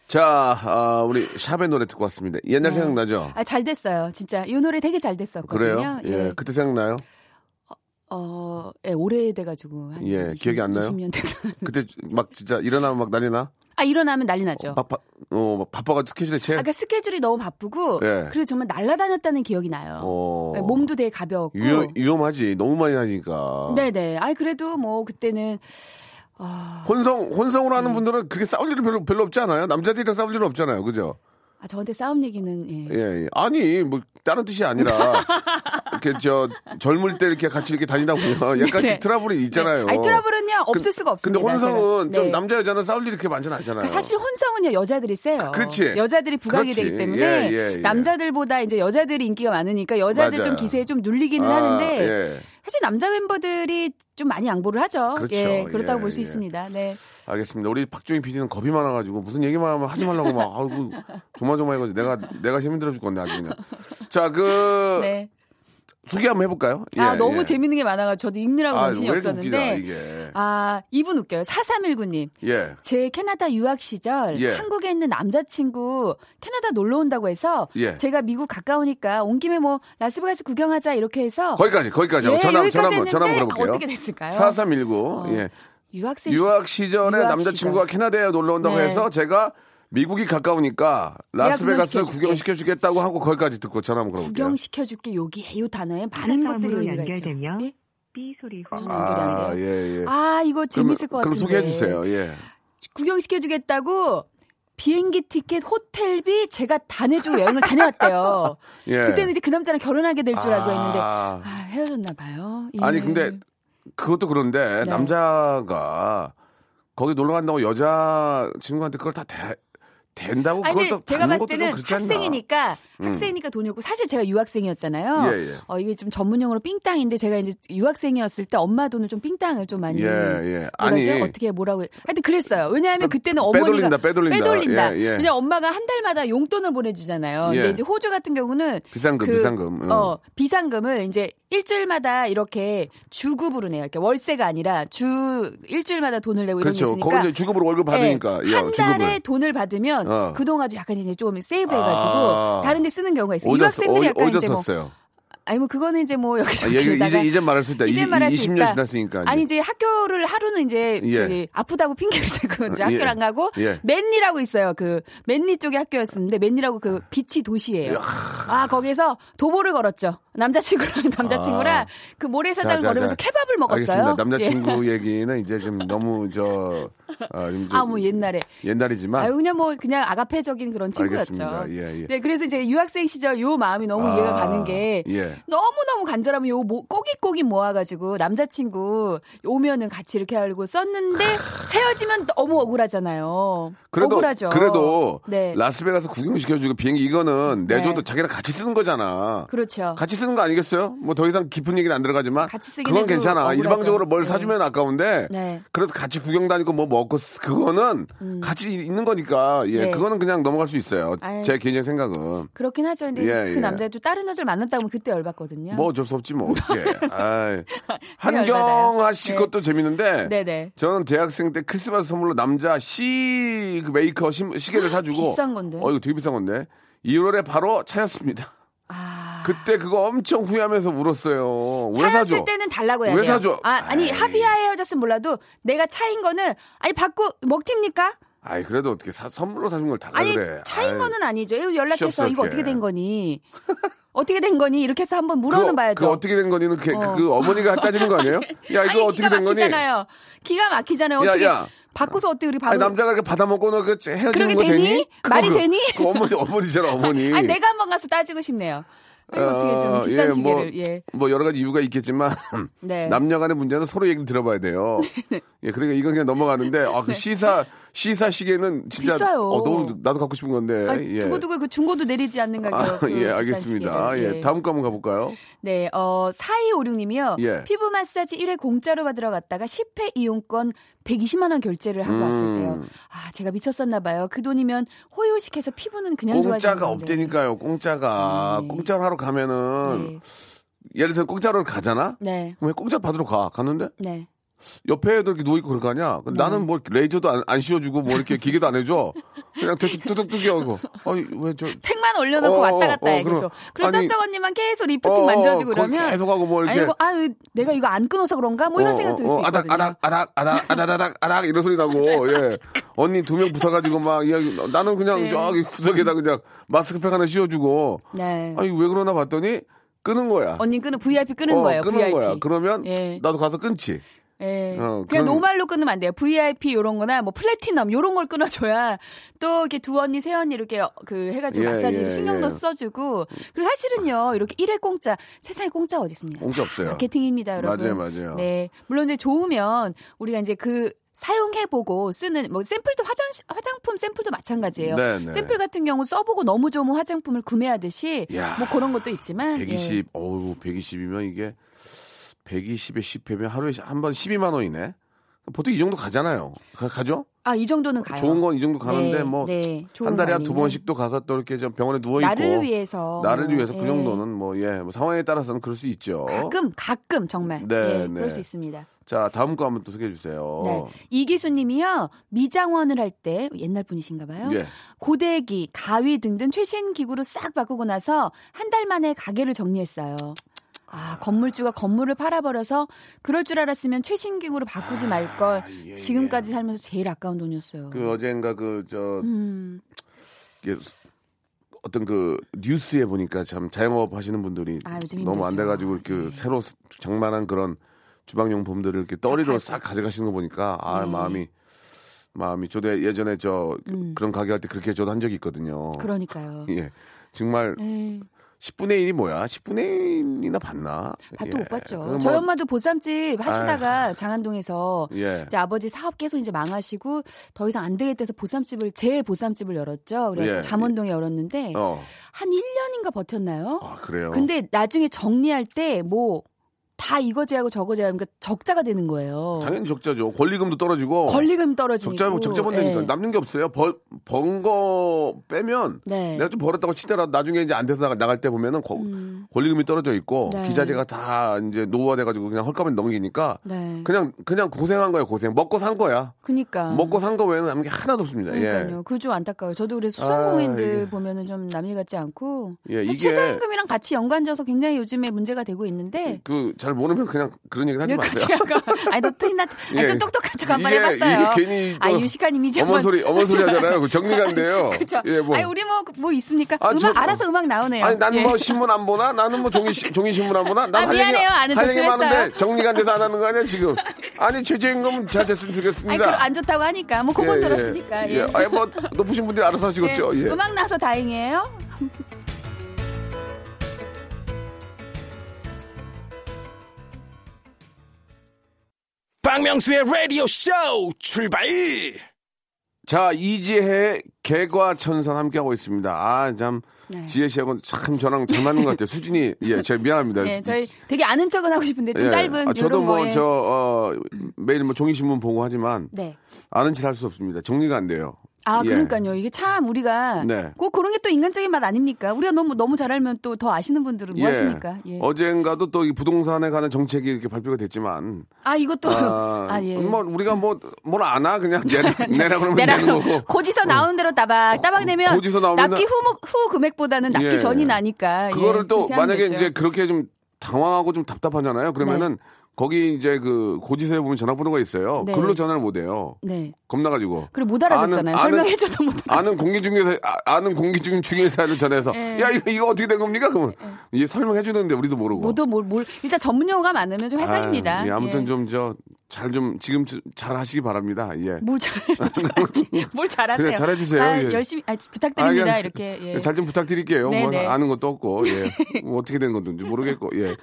[SPEAKER 3] 자, 아, 우리 샵의 노래 듣고 왔습니다. 옛날
[SPEAKER 6] 네.
[SPEAKER 3] 생각나죠?
[SPEAKER 6] 아 잘 됐어요. 진짜 이 노래 되게 잘 됐었거든요.
[SPEAKER 3] 그래요? 예.
[SPEAKER 6] 예.
[SPEAKER 3] 그때 생각나요?
[SPEAKER 6] 어, 예, 오래돼가지고 한
[SPEAKER 3] 예, 기억이 안 나요?
[SPEAKER 6] 20년 된
[SPEAKER 3] 그때 막 진짜 일어나면 막 난리나?
[SPEAKER 6] 아 일어나면 난리 나죠.
[SPEAKER 3] 바빠, 어, 막 바빠가지고 스케줄에 채.
[SPEAKER 6] 아까 그 스케줄이 너무 바쁘고
[SPEAKER 3] 예.
[SPEAKER 6] 그래서 정말 날아다녔다는 기억이 나요.
[SPEAKER 3] 어.
[SPEAKER 6] 네, 몸도 되게 가벼웠고.
[SPEAKER 3] 위험, 위험하지. 너무 많이 하니까.
[SPEAKER 6] 네네. 아이 그래도 뭐 그때는
[SPEAKER 3] 혼성, 혼성으로
[SPEAKER 6] 음.
[SPEAKER 3] 하는 분들은 그렇게 싸울 일은 별로, 별로 없지 않아요? 남자들이랑 싸울 일은 없잖아요. 그죠?
[SPEAKER 6] 아, 저한테 싸움 얘기는 예.
[SPEAKER 3] 예, 예. 아니, 뭐, 다른 뜻이 아니라, 이렇게 저, 젊을 때 이렇게 같이 이렇게 다니다 보면 약간씩
[SPEAKER 6] 네.
[SPEAKER 3] 트러블이 있잖아요.
[SPEAKER 6] 네. 아니, 트러블은요, 없을 수가 없습니다.
[SPEAKER 3] 근데 혼성은
[SPEAKER 6] 저는.
[SPEAKER 3] 좀
[SPEAKER 6] 네.
[SPEAKER 3] 남자, 여자는 싸울 일이 그렇게 많지는 않잖아요. 아,
[SPEAKER 6] 그러니까 사실 혼성은요 여자들이 세요.
[SPEAKER 3] 그렇지.
[SPEAKER 6] 여자들이 부각이
[SPEAKER 3] 그렇지.
[SPEAKER 6] 되기 때문에
[SPEAKER 3] 예, 예, 예.
[SPEAKER 6] 남자들보다 이제 여자들이 인기가 많으니까 여자들
[SPEAKER 3] 맞아요.
[SPEAKER 6] 좀 기세에 좀 눌리기는
[SPEAKER 3] 아,
[SPEAKER 6] 하는데
[SPEAKER 3] 예.
[SPEAKER 6] 사실 남자 멤버들이 좀 많이 양보를 하죠.
[SPEAKER 3] 그렇죠.
[SPEAKER 6] 예, 그렇다고
[SPEAKER 3] 예,
[SPEAKER 6] 볼 수
[SPEAKER 3] 예.
[SPEAKER 6] 있습니다. 네.
[SPEAKER 3] 알겠습니다. 우리 박종희 PD는 겁이 많아가지고 무슨 얘기만 하면 하지 말라고 막, 아이고, 조마조마해가지고 내가, 내가 힘들어 줄 건데, 아주 그냥. 자, 그,
[SPEAKER 6] 네.
[SPEAKER 3] 소개 한번 해볼까요?
[SPEAKER 6] 아
[SPEAKER 3] 예,
[SPEAKER 6] 너무
[SPEAKER 3] 예.
[SPEAKER 6] 재밌는 게 많아가지고 저도 읽느라고
[SPEAKER 3] 아,
[SPEAKER 6] 정신이
[SPEAKER 3] 왜 이렇게
[SPEAKER 6] 없었는데
[SPEAKER 3] 웃기냐, 이게.
[SPEAKER 6] 아, 이분 웃겨요. 4319님.
[SPEAKER 3] 예.
[SPEAKER 6] 제 캐나다 유학 시절
[SPEAKER 3] 예.
[SPEAKER 6] 한국에 있는 남자친구 캐나다 놀러 온다고 해서
[SPEAKER 3] 예.
[SPEAKER 6] 제가 미국 가까우니까 온 김에 뭐 라스베가스 구경하자 이렇게 해서
[SPEAKER 3] 거기까지, 거기까지. 하고
[SPEAKER 6] 예,
[SPEAKER 3] 전화,
[SPEAKER 6] 여기까지
[SPEAKER 3] 전화 한번,
[SPEAKER 6] 했는데
[SPEAKER 3] 전화 한번 걸어볼게요.
[SPEAKER 6] 어떻게 됐을까요?
[SPEAKER 3] 4319.
[SPEAKER 6] 어,
[SPEAKER 3] 예.
[SPEAKER 6] 유학생 시-
[SPEAKER 3] 유학 시절에
[SPEAKER 6] 유학
[SPEAKER 3] 남자친구가
[SPEAKER 6] 시절.
[SPEAKER 3] 캐나다에 놀러 온다고
[SPEAKER 6] 네.
[SPEAKER 3] 해서 제가 미국이 가까우니까 라스베가스
[SPEAKER 6] 구경시켜줄게.
[SPEAKER 3] 구경시켜 주겠다고 하고 거기까지 듣고 전화 한번 걸어볼게요.
[SPEAKER 6] 구경시켜줄게 여기 이 단어에 많은 것들이
[SPEAKER 7] 그 다음으로
[SPEAKER 6] 의미가 있죠.
[SPEAKER 7] 연결되며
[SPEAKER 6] 예?
[SPEAKER 7] B 소리
[SPEAKER 6] 저는 연결이 안
[SPEAKER 3] 아,
[SPEAKER 6] 돼요.
[SPEAKER 3] 예, 예.
[SPEAKER 6] 아 이거 재밌을 것
[SPEAKER 3] 그럼,
[SPEAKER 6] 같은데.
[SPEAKER 3] 그럼 소개해 주세요. 예.
[SPEAKER 6] 구경시켜주겠다고 비행기 티켓, 호텔비 제가 다 내주고 여행을 다녀왔대요.
[SPEAKER 3] 예.
[SPEAKER 6] 그때는 이제 그 남자랑 결혼하게 될 줄 알고 했는데
[SPEAKER 3] 아.
[SPEAKER 6] 아, 헤어졌나 봐요. 예.
[SPEAKER 3] 아니 근데 그것도 그런데
[SPEAKER 6] 네.
[SPEAKER 3] 남자가 거기 놀러 간다고 여자 친구한테 그걸 다 대, 된다고
[SPEAKER 6] 아니,
[SPEAKER 3] 그것도
[SPEAKER 6] 근데 제가
[SPEAKER 3] 받는
[SPEAKER 6] 봤을
[SPEAKER 3] 것도 좀
[SPEAKER 6] 때는
[SPEAKER 3] 그렇지 않나. 음.
[SPEAKER 6] 학생이니까 학생이니까 돈이 없고 사실 제가 유학생이었잖아요.
[SPEAKER 3] 예, 예.
[SPEAKER 6] 어, 이게 좀 전문용어로 삥땅인데 제가 이제 유학생이었을 때 엄마 돈을 좀 삥땅을 좀 많이
[SPEAKER 3] 예, 예.
[SPEAKER 6] 뭐라
[SPEAKER 3] 아니.
[SPEAKER 6] 그러죠? 어떻게 뭐라고 하여튼 그랬어요. 왜냐하면 그때는 어머니가
[SPEAKER 3] 빼돌린다, 빼돌린다.
[SPEAKER 6] 빼돌린다.
[SPEAKER 3] 예, 예.
[SPEAKER 6] 왜냐 엄마가 한 달마다 용돈을 보내주잖아요.
[SPEAKER 3] 예.
[SPEAKER 6] 근데 이제 호주 같은 경우는
[SPEAKER 3] 비상금, 비상금. 어.
[SPEAKER 6] 그 어, 비상금을 이제 일주일마다 이렇게 주급으로 내요. 이렇게 월세가 아니라 주 일주일마다 돈을 내고
[SPEAKER 3] 그렇죠.
[SPEAKER 6] 이런 게
[SPEAKER 3] 거기
[SPEAKER 6] 있으니까
[SPEAKER 3] 이제 주급으로 월급 받으니까.
[SPEAKER 6] 예,
[SPEAKER 3] 예,
[SPEAKER 6] 한 달에
[SPEAKER 3] 주급을.
[SPEAKER 6] 돈을 받으면
[SPEAKER 3] 어.
[SPEAKER 6] 그동안 아주 약간 이제 좀 세이브해가지고
[SPEAKER 3] 아.
[SPEAKER 6] 다른데 쓰는 경우가 있어요.
[SPEAKER 3] 어디다 썼-
[SPEAKER 6] 유학생들이
[SPEAKER 3] 어디-
[SPEAKER 6] 약간
[SPEAKER 3] 어디다
[SPEAKER 6] 이제 뭐
[SPEAKER 3] 썼어요?
[SPEAKER 6] 아니 뭐 그거는 이제 뭐 여기서
[SPEAKER 3] 아, 얘기,
[SPEAKER 6] 길다가
[SPEAKER 3] 이제, 이제 말할 수 있다.
[SPEAKER 6] 이제 말할 수
[SPEAKER 3] 20년
[SPEAKER 6] 있다.
[SPEAKER 3] 지났으니까.
[SPEAKER 6] 아니 이제 학교를 하루는 이제
[SPEAKER 3] 예.
[SPEAKER 6] 저기 아프다고 핑계를 대고 이제 학교를
[SPEAKER 3] 예.
[SPEAKER 6] 안 가고
[SPEAKER 3] 예.
[SPEAKER 6] 맨리라고 있어요. 그 맨리 쪽에 학교였었는데 맨리라고 그 비치 도시예요. 아 거기서 도보를 걸었죠. 남자친구랑 남자친구랑
[SPEAKER 3] 아.
[SPEAKER 6] 그 모래사장을
[SPEAKER 3] 자, 자,
[SPEAKER 6] 걸으면서
[SPEAKER 3] 자.
[SPEAKER 6] 케밥을 먹었어요. 예.
[SPEAKER 3] 알겠습니다. 남자친구 얘기는 이제 좀 너무 저, 아, 좀 저-
[SPEAKER 6] 아 뭐 옛날에
[SPEAKER 3] 옛날이지만.
[SPEAKER 6] 아유 그냥 뭐 그냥 아가페적인 그런
[SPEAKER 3] 알겠습니다.
[SPEAKER 6] 친구였죠.
[SPEAKER 3] 예, 예.
[SPEAKER 6] 네, 그래서 이제 유학생 시절 요 마음이 너무
[SPEAKER 3] 아,
[SPEAKER 6] 이해가 가는 게
[SPEAKER 3] 예.
[SPEAKER 6] 너무 너무 간절하면 요 모- 꼬깃꼬깃 모아가지고 남자친구 오면은 같이 이렇게 알고 썼는데 헤어지면 너무 억울하잖아요.
[SPEAKER 3] 그래도
[SPEAKER 6] 억울하죠.
[SPEAKER 3] 그래도
[SPEAKER 6] 네,
[SPEAKER 3] 라스베가스 구경 시켜주고 비행기 이거는
[SPEAKER 6] 네.
[SPEAKER 3] 내줘도 자기랑 같이 쓰는 거잖아.
[SPEAKER 6] 그렇죠.
[SPEAKER 3] 같이 쓰는 거 아니겠어요? 뭐 더 이상 깊은 얘기는 안 들어가지만
[SPEAKER 6] 같이 쓰긴
[SPEAKER 3] 그건
[SPEAKER 6] 해도
[SPEAKER 3] 괜찮아.
[SPEAKER 6] 억울하죠.
[SPEAKER 3] 일방적으로 뭘
[SPEAKER 6] 네.
[SPEAKER 3] 사주면 아까운데
[SPEAKER 6] 네. 음.
[SPEAKER 3] 그래도 같이 구경 다니고 뭐 먹고 쓰- 그거는 같이 있는 거니까 예
[SPEAKER 6] 네.
[SPEAKER 3] 그거는 그냥 넘어갈 수 있어요.
[SPEAKER 6] 아유.
[SPEAKER 3] 제 개인적인 생각은
[SPEAKER 6] 그렇긴 하죠. 근데
[SPEAKER 3] 예,
[SPEAKER 6] 그
[SPEAKER 3] 예.
[SPEAKER 6] 남자도 다른 여자를 만났다면 그때 열받거든요.
[SPEAKER 3] 뭐 어쩔 수 없지 뭐 어떻게. 아이.
[SPEAKER 6] 열받아요.
[SPEAKER 3] 한경아 씨
[SPEAKER 6] 네.
[SPEAKER 3] 것도 재밌는데
[SPEAKER 6] 네네.
[SPEAKER 3] 저는 대학생 때 크리스마스 선물로 남자 시그 메이커 시, 계를 사주고
[SPEAKER 6] 아, 비싼 건데.
[SPEAKER 3] 어 이거 되게 비싼 건데 1월에 바로 차였습니다.
[SPEAKER 6] 아.
[SPEAKER 3] 그때 그거 엄청 후회하면서 울었어요. 왜
[SPEAKER 6] 차였을
[SPEAKER 3] 사줘?
[SPEAKER 6] 때는 달라고 해야
[SPEAKER 3] 왜
[SPEAKER 6] 돼요.
[SPEAKER 3] 사줘?
[SPEAKER 6] 아, 아니
[SPEAKER 3] 아이.
[SPEAKER 6] 합의하에 헤어졌으면 몰라도 내가 차인 거는 아니 받고 먹팁니까?
[SPEAKER 3] 아이 그래도 어떻게 사- 선물로 사준 걸 달라
[SPEAKER 6] 아니
[SPEAKER 3] 그래.
[SPEAKER 6] 차인
[SPEAKER 3] 아이,
[SPEAKER 6] 거는 아니죠. 연락해서 이거
[SPEAKER 3] 시시럽게.
[SPEAKER 6] 어떻게 된 거니? 어떻게 된 거니? 이렇게 해서 한번 물어는
[SPEAKER 3] 그거-
[SPEAKER 6] 봐야죠.
[SPEAKER 3] 그 어떻게 된 거니는 그,
[SPEAKER 6] 어.
[SPEAKER 3] 그, 그 어머니가 따지는 거 아니에요? 야 이거
[SPEAKER 6] 아니,
[SPEAKER 3] 어떻게
[SPEAKER 6] 기가
[SPEAKER 3] 된 거니?
[SPEAKER 6] 막히잖아요. 기가 막히잖아요.
[SPEAKER 3] 야,
[SPEAKER 6] 어떻게
[SPEAKER 3] 야.
[SPEAKER 6] 바꿔서 어떻게 우리
[SPEAKER 3] 아니,
[SPEAKER 6] 바로
[SPEAKER 3] 남자가 이렇게 받아먹고 너 그 헤어지는
[SPEAKER 6] 그러게
[SPEAKER 3] 거 되니?
[SPEAKER 6] 되니?
[SPEAKER 3] 그거
[SPEAKER 6] 말이
[SPEAKER 3] 그-
[SPEAKER 6] 되니?
[SPEAKER 3] 그 어머니 어머니잖아 어머니.
[SPEAKER 6] 아니, 내가 한번 가서 따지고 싶네요. 이거 어떻게 좀
[SPEAKER 3] 어,
[SPEAKER 6] 비싼
[SPEAKER 3] 예,
[SPEAKER 6] 시계를
[SPEAKER 3] 뭐,
[SPEAKER 6] 예.
[SPEAKER 3] 뭐 여러 가지 이유가 있겠지만
[SPEAKER 6] 네.
[SPEAKER 3] 남녀 간의 문제는 서로 얘기를 들어봐야 돼요. 예, 그러니까 이건 그냥 넘어가는데 아, 그 시사 시사 시계는 진짜
[SPEAKER 6] 네. 비싸요.
[SPEAKER 3] 어, 너무 나도 갖고 싶은 건데.
[SPEAKER 6] 아,
[SPEAKER 3] 예.
[SPEAKER 6] 두고두고 그 중고도 내리지 않는 가격.
[SPEAKER 3] 아,
[SPEAKER 6] 그
[SPEAKER 3] 예,
[SPEAKER 6] 비싼
[SPEAKER 3] 알겠습니다.
[SPEAKER 6] 시계를.
[SPEAKER 3] 예. 다음 거 한번 가볼까요?
[SPEAKER 6] 네, 어, 4256님이요.
[SPEAKER 3] 예.
[SPEAKER 6] 피부 마사지 1회 공짜로 받으러 갔다가 10회 이용권 120만원 결제를 하고
[SPEAKER 3] 음.
[SPEAKER 6] 왔을 때요. 아, 제가 미쳤었나봐요. 그 돈이면 호요식해서 피부는 그냥 좋아지는
[SPEAKER 3] 공짜가
[SPEAKER 6] 건데.
[SPEAKER 3] 없대니까요. 공짜가
[SPEAKER 6] 네.
[SPEAKER 3] 공짜로 하러 가면은
[SPEAKER 6] 네.
[SPEAKER 3] 예를 들어 공짜로 가잖아.
[SPEAKER 6] 네.
[SPEAKER 3] 그럼 공짜 받으러 가 갔는데
[SPEAKER 6] 네.
[SPEAKER 3] 옆에도 이렇게 누워 있고 그럴 거 아니야. 근데 나는 뭐 레이저도 안, 안 씌워주고 뭐 이렇게 기계도 안 해줘. 그냥 대충 뚜둑뚜기 하고. 아니 왜저
[SPEAKER 6] 팩만 올려놓고
[SPEAKER 3] 어,
[SPEAKER 6] 왔다 갔다
[SPEAKER 3] 어,
[SPEAKER 6] 해.
[SPEAKER 3] 그럼-
[SPEAKER 6] 그래서 그럼
[SPEAKER 3] 아니-
[SPEAKER 6] 쩌쩍 언니만 계속 리프팅
[SPEAKER 3] 어,
[SPEAKER 6] 만져주고
[SPEAKER 3] 거기
[SPEAKER 6] 그러면
[SPEAKER 3] 계속 하고 뭐 이렇게.
[SPEAKER 6] 아니 뭐, 아유 내가 이거 안 끊어서 그런가 뭐 이런 생각 들 수
[SPEAKER 3] 아닥
[SPEAKER 6] 있거든요.
[SPEAKER 3] 아닥 아닥 아닥 아닥 아닥 이런 소리 나고 예 언니 두 명 붙어가지고 막 이야기 나는 그냥
[SPEAKER 6] 네.
[SPEAKER 3] 저기 구석에다 그냥 마스크팩 하나 씌워주고
[SPEAKER 6] 네.
[SPEAKER 3] 아니 왜 그러나 봤더니 끄는 거야.
[SPEAKER 6] 언니 끊은 VIP 끊은
[SPEAKER 3] 어,
[SPEAKER 6] 거예요.
[SPEAKER 3] 끄는
[SPEAKER 6] VIP.
[SPEAKER 3] 거야. 그러면
[SPEAKER 6] 예.
[SPEAKER 3] 나도 가서 끊지.
[SPEAKER 6] 예.
[SPEAKER 3] 어,
[SPEAKER 6] 그냥
[SPEAKER 3] 그런-
[SPEAKER 6] 노말로 끊으면 안 돼요. VIP 요런 거나 뭐 플래티넘 요런 걸 끊어줘야 또 이렇게 두 언니, 세 언니 이렇게 어, 그 해가지고
[SPEAKER 3] 예,
[SPEAKER 6] 마사지를
[SPEAKER 3] 예,
[SPEAKER 6] 신경도
[SPEAKER 3] 예.
[SPEAKER 6] 써주고. 그리고 사실은요, 이렇게 일회 공짜, 세상에 공짜 어디 있습니까?
[SPEAKER 3] 공짜 없어요.
[SPEAKER 6] 마케팅입니다, 여러분.
[SPEAKER 3] 맞아요, 맞아요.
[SPEAKER 6] 네. 물론 이제 좋으면 우리가 이제 그 사용해보고 쓰는 뭐 샘플도 화장 화장품 샘플도 마찬가지예요.
[SPEAKER 3] 네, 네.
[SPEAKER 6] 샘플 같은 경우 써보고 너무 좋으면 화장품을 구매하듯이
[SPEAKER 3] 야.
[SPEAKER 6] 뭐 그런 것도 있지만 예.
[SPEAKER 3] 120 어우 120이면 이게 120에 10회면 하루에 한 번 12만 원이네. 보통 이 정도 가잖아요. 가, 가죠?
[SPEAKER 6] 아, 이 정도는 가요.
[SPEAKER 3] 좋은 건 이 정도 가는데
[SPEAKER 6] 네,
[SPEAKER 3] 뭐 한
[SPEAKER 6] 네. 좋은 거
[SPEAKER 3] 달에 한 두
[SPEAKER 6] 아니면.
[SPEAKER 3] 번씩 또 가서 또 이렇게 좀 병원에 누워 있고
[SPEAKER 6] 나를 위해서
[SPEAKER 3] 나를 위해서
[SPEAKER 6] 예.
[SPEAKER 3] 그 정도는 뭐, 예, 뭐 상황에 따라서는 그럴 수 있죠.
[SPEAKER 6] 가끔 가끔 정말
[SPEAKER 3] 네, 어.
[SPEAKER 6] 예,
[SPEAKER 3] 네.
[SPEAKER 6] 그럴 수 있습니다.
[SPEAKER 3] 자, 다음 거 한번 또 소개해 주세요.
[SPEAKER 6] 네. 이기수님이요 미장원을 할 때 옛날 분이신가봐요.
[SPEAKER 3] 예.
[SPEAKER 6] 고데기, 가위 등등 최신 기구로 싹 바꾸고 나서 한 달 만에 가게를 정리했어요. 아 건물주가 건물을 팔아버려서 그럴 줄 알았으면 최신 기구로 바꾸지 말 걸
[SPEAKER 3] 예, 예.
[SPEAKER 6] 지금까지 살면서 제일 아까운 돈이었어요.
[SPEAKER 3] 그 어젠가 그, 저,
[SPEAKER 6] 음,
[SPEAKER 3] 이게 어떤 그 뉴스에 보니까 참 자영업 하시는 분들이
[SPEAKER 6] 아, 요즘
[SPEAKER 3] 너무 안
[SPEAKER 6] 힘들죠.
[SPEAKER 3] 돼가지고 이렇게
[SPEAKER 6] 네.
[SPEAKER 3] 새로 장만한 그런 주방용품들을 이렇게 떠리로 싹 가져가시는 거 보니까 아,
[SPEAKER 6] 아, 네.
[SPEAKER 3] 마음이. 마음이 저도 예전에 저
[SPEAKER 6] 음.
[SPEAKER 3] 그런 가게 할 때 그렇게 저도 한 적이 있거든요.
[SPEAKER 6] 그러니까요.
[SPEAKER 3] 예. 정말
[SPEAKER 6] 예.
[SPEAKER 3] 10분의 1이 뭐야? 10분의 1이나 봤나?
[SPEAKER 6] 밥도
[SPEAKER 3] 예.
[SPEAKER 6] 못 봤죠.
[SPEAKER 3] 그건 뭐- 아.
[SPEAKER 6] 저희 엄마도 보쌈집 하시다가 장안동에서
[SPEAKER 3] 예.
[SPEAKER 6] 이제 아버지 사업 계속 이제 망하시고 더 이상 안 되겠다 해서 보쌈집을 제 보쌈집을 열었죠. 그래
[SPEAKER 3] 예.
[SPEAKER 6] 고 잠원동에 열었는데
[SPEAKER 3] 어.
[SPEAKER 6] 한 1년인가 버텼나요?
[SPEAKER 3] 아, 그래요.
[SPEAKER 6] 근데 나중에 정리할 때 뭐 다 이거 제하고 저거 제하고 그러니까 적자가 되는 거예요.
[SPEAKER 3] 당연히 적자죠. 권리금도 떨어지고
[SPEAKER 6] 뭐 권리금 떨어지고 예.
[SPEAKER 3] 적자 적자 번다니까 남는 게 없어요. 벌번거 빼면
[SPEAKER 6] 네. 음.
[SPEAKER 3] 내가 좀 벌었다고 치더라도 나중에 이제 안 돼서 나가- 나갈 때 보면은 거- 권리금이 떨어져 있고
[SPEAKER 6] 네.
[SPEAKER 3] 기자재가 다 이제 노후화돼 가지고 그냥 헐값에 넘기니까
[SPEAKER 6] 네.
[SPEAKER 3] 그냥 그냥 고생한 거예요 고생 먹고 산 거야
[SPEAKER 6] 그러니까
[SPEAKER 3] 먹고 산 거 외에는 남은 게 하나도 없습니다 예.
[SPEAKER 6] 그러니까요. 그 좀 안타까워요. 저도 그래서 소상공인들
[SPEAKER 3] 아, 이게.
[SPEAKER 6] 보면은 좀 남일 같지 않고
[SPEAKER 3] 예,
[SPEAKER 6] 근데
[SPEAKER 3] 이게-
[SPEAKER 6] 최저임금이랑 같이 연관져서 굉장히 요즘에 문제가 되고 있는데
[SPEAKER 3] 그 잘 모르면 그냥 그런 얘기 하지 마세요
[SPEAKER 6] 여기까지 하고 아니 너 트이나
[SPEAKER 3] 예.
[SPEAKER 6] 아니 좀 똑똑한 척 한번
[SPEAKER 3] 이게-
[SPEAKER 6] 해봤어요.
[SPEAKER 3] 이게 괜히
[SPEAKER 6] 아
[SPEAKER 3] 저
[SPEAKER 6] 유식한 이미지
[SPEAKER 3] 어머
[SPEAKER 6] 한번
[SPEAKER 3] 소리 어머 소리 하잖아요 그 정리가 안 돼요
[SPEAKER 6] 그렇죠.
[SPEAKER 3] 예, 뭐.
[SPEAKER 6] 아니 우리 뭐 뭐 있습니까?
[SPEAKER 3] 아,
[SPEAKER 6] 음악
[SPEAKER 3] 저-
[SPEAKER 6] 알아서 음악 나오네요.
[SPEAKER 3] 아니 난
[SPEAKER 6] 예.
[SPEAKER 3] 뭐 신문 안 보나? 나는 뭐 종이 시- 종이 신문 안 보나?
[SPEAKER 6] 아,
[SPEAKER 3] 난할
[SPEAKER 6] 미안해요.
[SPEAKER 3] 얘기가
[SPEAKER 6] 아는
[SPEAKER 3] 할 얘기
[SPEAKER 6] 척좀
[SPEAKER 3] 많은데
[SPEAKER 6] 했어요.
[SPEAKER 3] 정리가 안 돼서 안 하는 거 아니야 지금? 아니 최저임금 잘 됐으면
[SPEAKER 6] 아니
[SPEAKER 3] 좋겠습니다.
[SPEAKER 6] 그안 좋다고 하니까 뭐 그건 들었으니까. 예.
[SPEAKER 3] 아니 뭐 높으신 분들이 알아서 하시겠죠.
[SPEAKER 6] 예.
[SPEAKER 3] 예.
[SPEAKER 6] 음악 나서 다행이에요.
[SPEAKER 2] 박명수의 라디오 쇼 출발
[SPEAKER 3] 자 이지혜 개과천선 함께 하고 있습니다. 아참
[SPEAKER 6] 네.
[SPEAKER 3] 지혜 씨하고는 참 저랑 잘 맞는 것 같아요. 수진이 예, 제가 미안합니다.
[SPEAKER 6] 예, 저희 되게 아는 척은 하고 싶은데 좀
[SPEAKER 3] 예.
[SPEAKER 6] 짧은
[SPEAKER 3] 아, 저도
[SPEAKER 6] 요런 거에.
[SPEAKER 3] 뭐저 어, 매일 뭐 종이 신문 보고 하지만
[SPEAKER 6] 네.
[SPEAKER 3] 아는 짓 할 수 없습니다. 정리가 안 돼요.
[SPEAKER 6] 아,
[SPEAKER 3] 예.
[SPEAKER 6] 그러니까요. 이게 참 우리가
[SPEAKER 3] 네.
[SPEAKER 6] 꼭 그런 게 또 인간적인 맛 아닙니까? 우리가 너무 너무 잘 알면 또 더 아시는 분들은 뭐
[SPEAKER 3] 예.
[SPEAKER 6] 하십니까? 예.
[SPEAKER 3] 어젠가도 또이 부동산에 관한 정책이 이렇게 발표가 됐지만
[SPEAKER 6] 아, 이것도
[SPEAKER 3] 아,
[SPEAKER 6] 아, 예.
[SPEAKER 3] 뭐 우리가 뭐뭘 아나 그냥 내라, 내라 그러면 내는
[SPEAKER 6] 내라고
[SPEAKER 3] 거고.
[SPEAKER 6] 고지서 나온 대로 따박 따박 내면
[SPEAKER 3] 뭐 어. 고지서 나오면
[SPEAKER 6] 납기 후, 후 금액보다는 납기
[SPEAKER 3] 예.
[SPEAKER 6] 전이 나니까 예,
[SPEAKER 3] 그거를 또
[SPEAKER 6] 그렇게 하면
[SPEAKER 3] 만약에
[SPEAKER 6] 되죠.
[SPEAKER 3] 이제 그렇게 좀 당황하고 좀 답답하잖아요. 그러면은 거기 이제 그 고지서에 보면 전화번호가 있어요.
[SPEAKER 6] 네.
[SPEAKER 3] 글로 전화를 못 해요.
[SPEAKER 6] 네
[SPEAKER 3] 겁나가지고.
[SPEAKER 6] 그리고 못 알아듣잖아요.
[SPEAKER 3] 아는- 아는-
[SPEAKER 6] 설명해줘도 못 알아.
[SPEAKER 3] 아는 공기중개사, 아, 는 공기중 중개사를 전해서
[SPEAKER 6] 예.
[SPEAKER 3] 야 이거, 이거 어떻게 된 겁니까? 그러면 이게 설명해 주는데 우리도 모르고.
[SPEAKER 6] 모두 뭘, 뭘 일단 전문 용어가 많으면 좀 헷갈립니다.
[SPEAKER 3] 뭐. 아, 예, 아무튼
[SPEAKER 6] 예.
[SPEAKER 3] 좀 저 잘 좀 지금 좀 잘 하시기 바랍니다. 예.
[SPEAKER 6] 뭘 잘하지? 뭘 잘하세요?
[SPEAKER 3] 그냥 잘해주세요.
[SPEAKER 6] 아,
[SPEAKER 3] 예.
[SPEAKER 6] 열심히 아, 부탁드립니다.
[SPEAKER 3] 아, 그냥
[SPEAKER 6] 이렇게 예.
[SPEAKER 3] 잘 좀 부탁드릴게요.
[SPEAKER 6] 네,
[SPEAKER 3] 뭐
[SPEAKER 6] 네.
[SPEAKER 3] 아는 것도 없고 예. 뭐 어떻게 된 건지 모르겠고 예.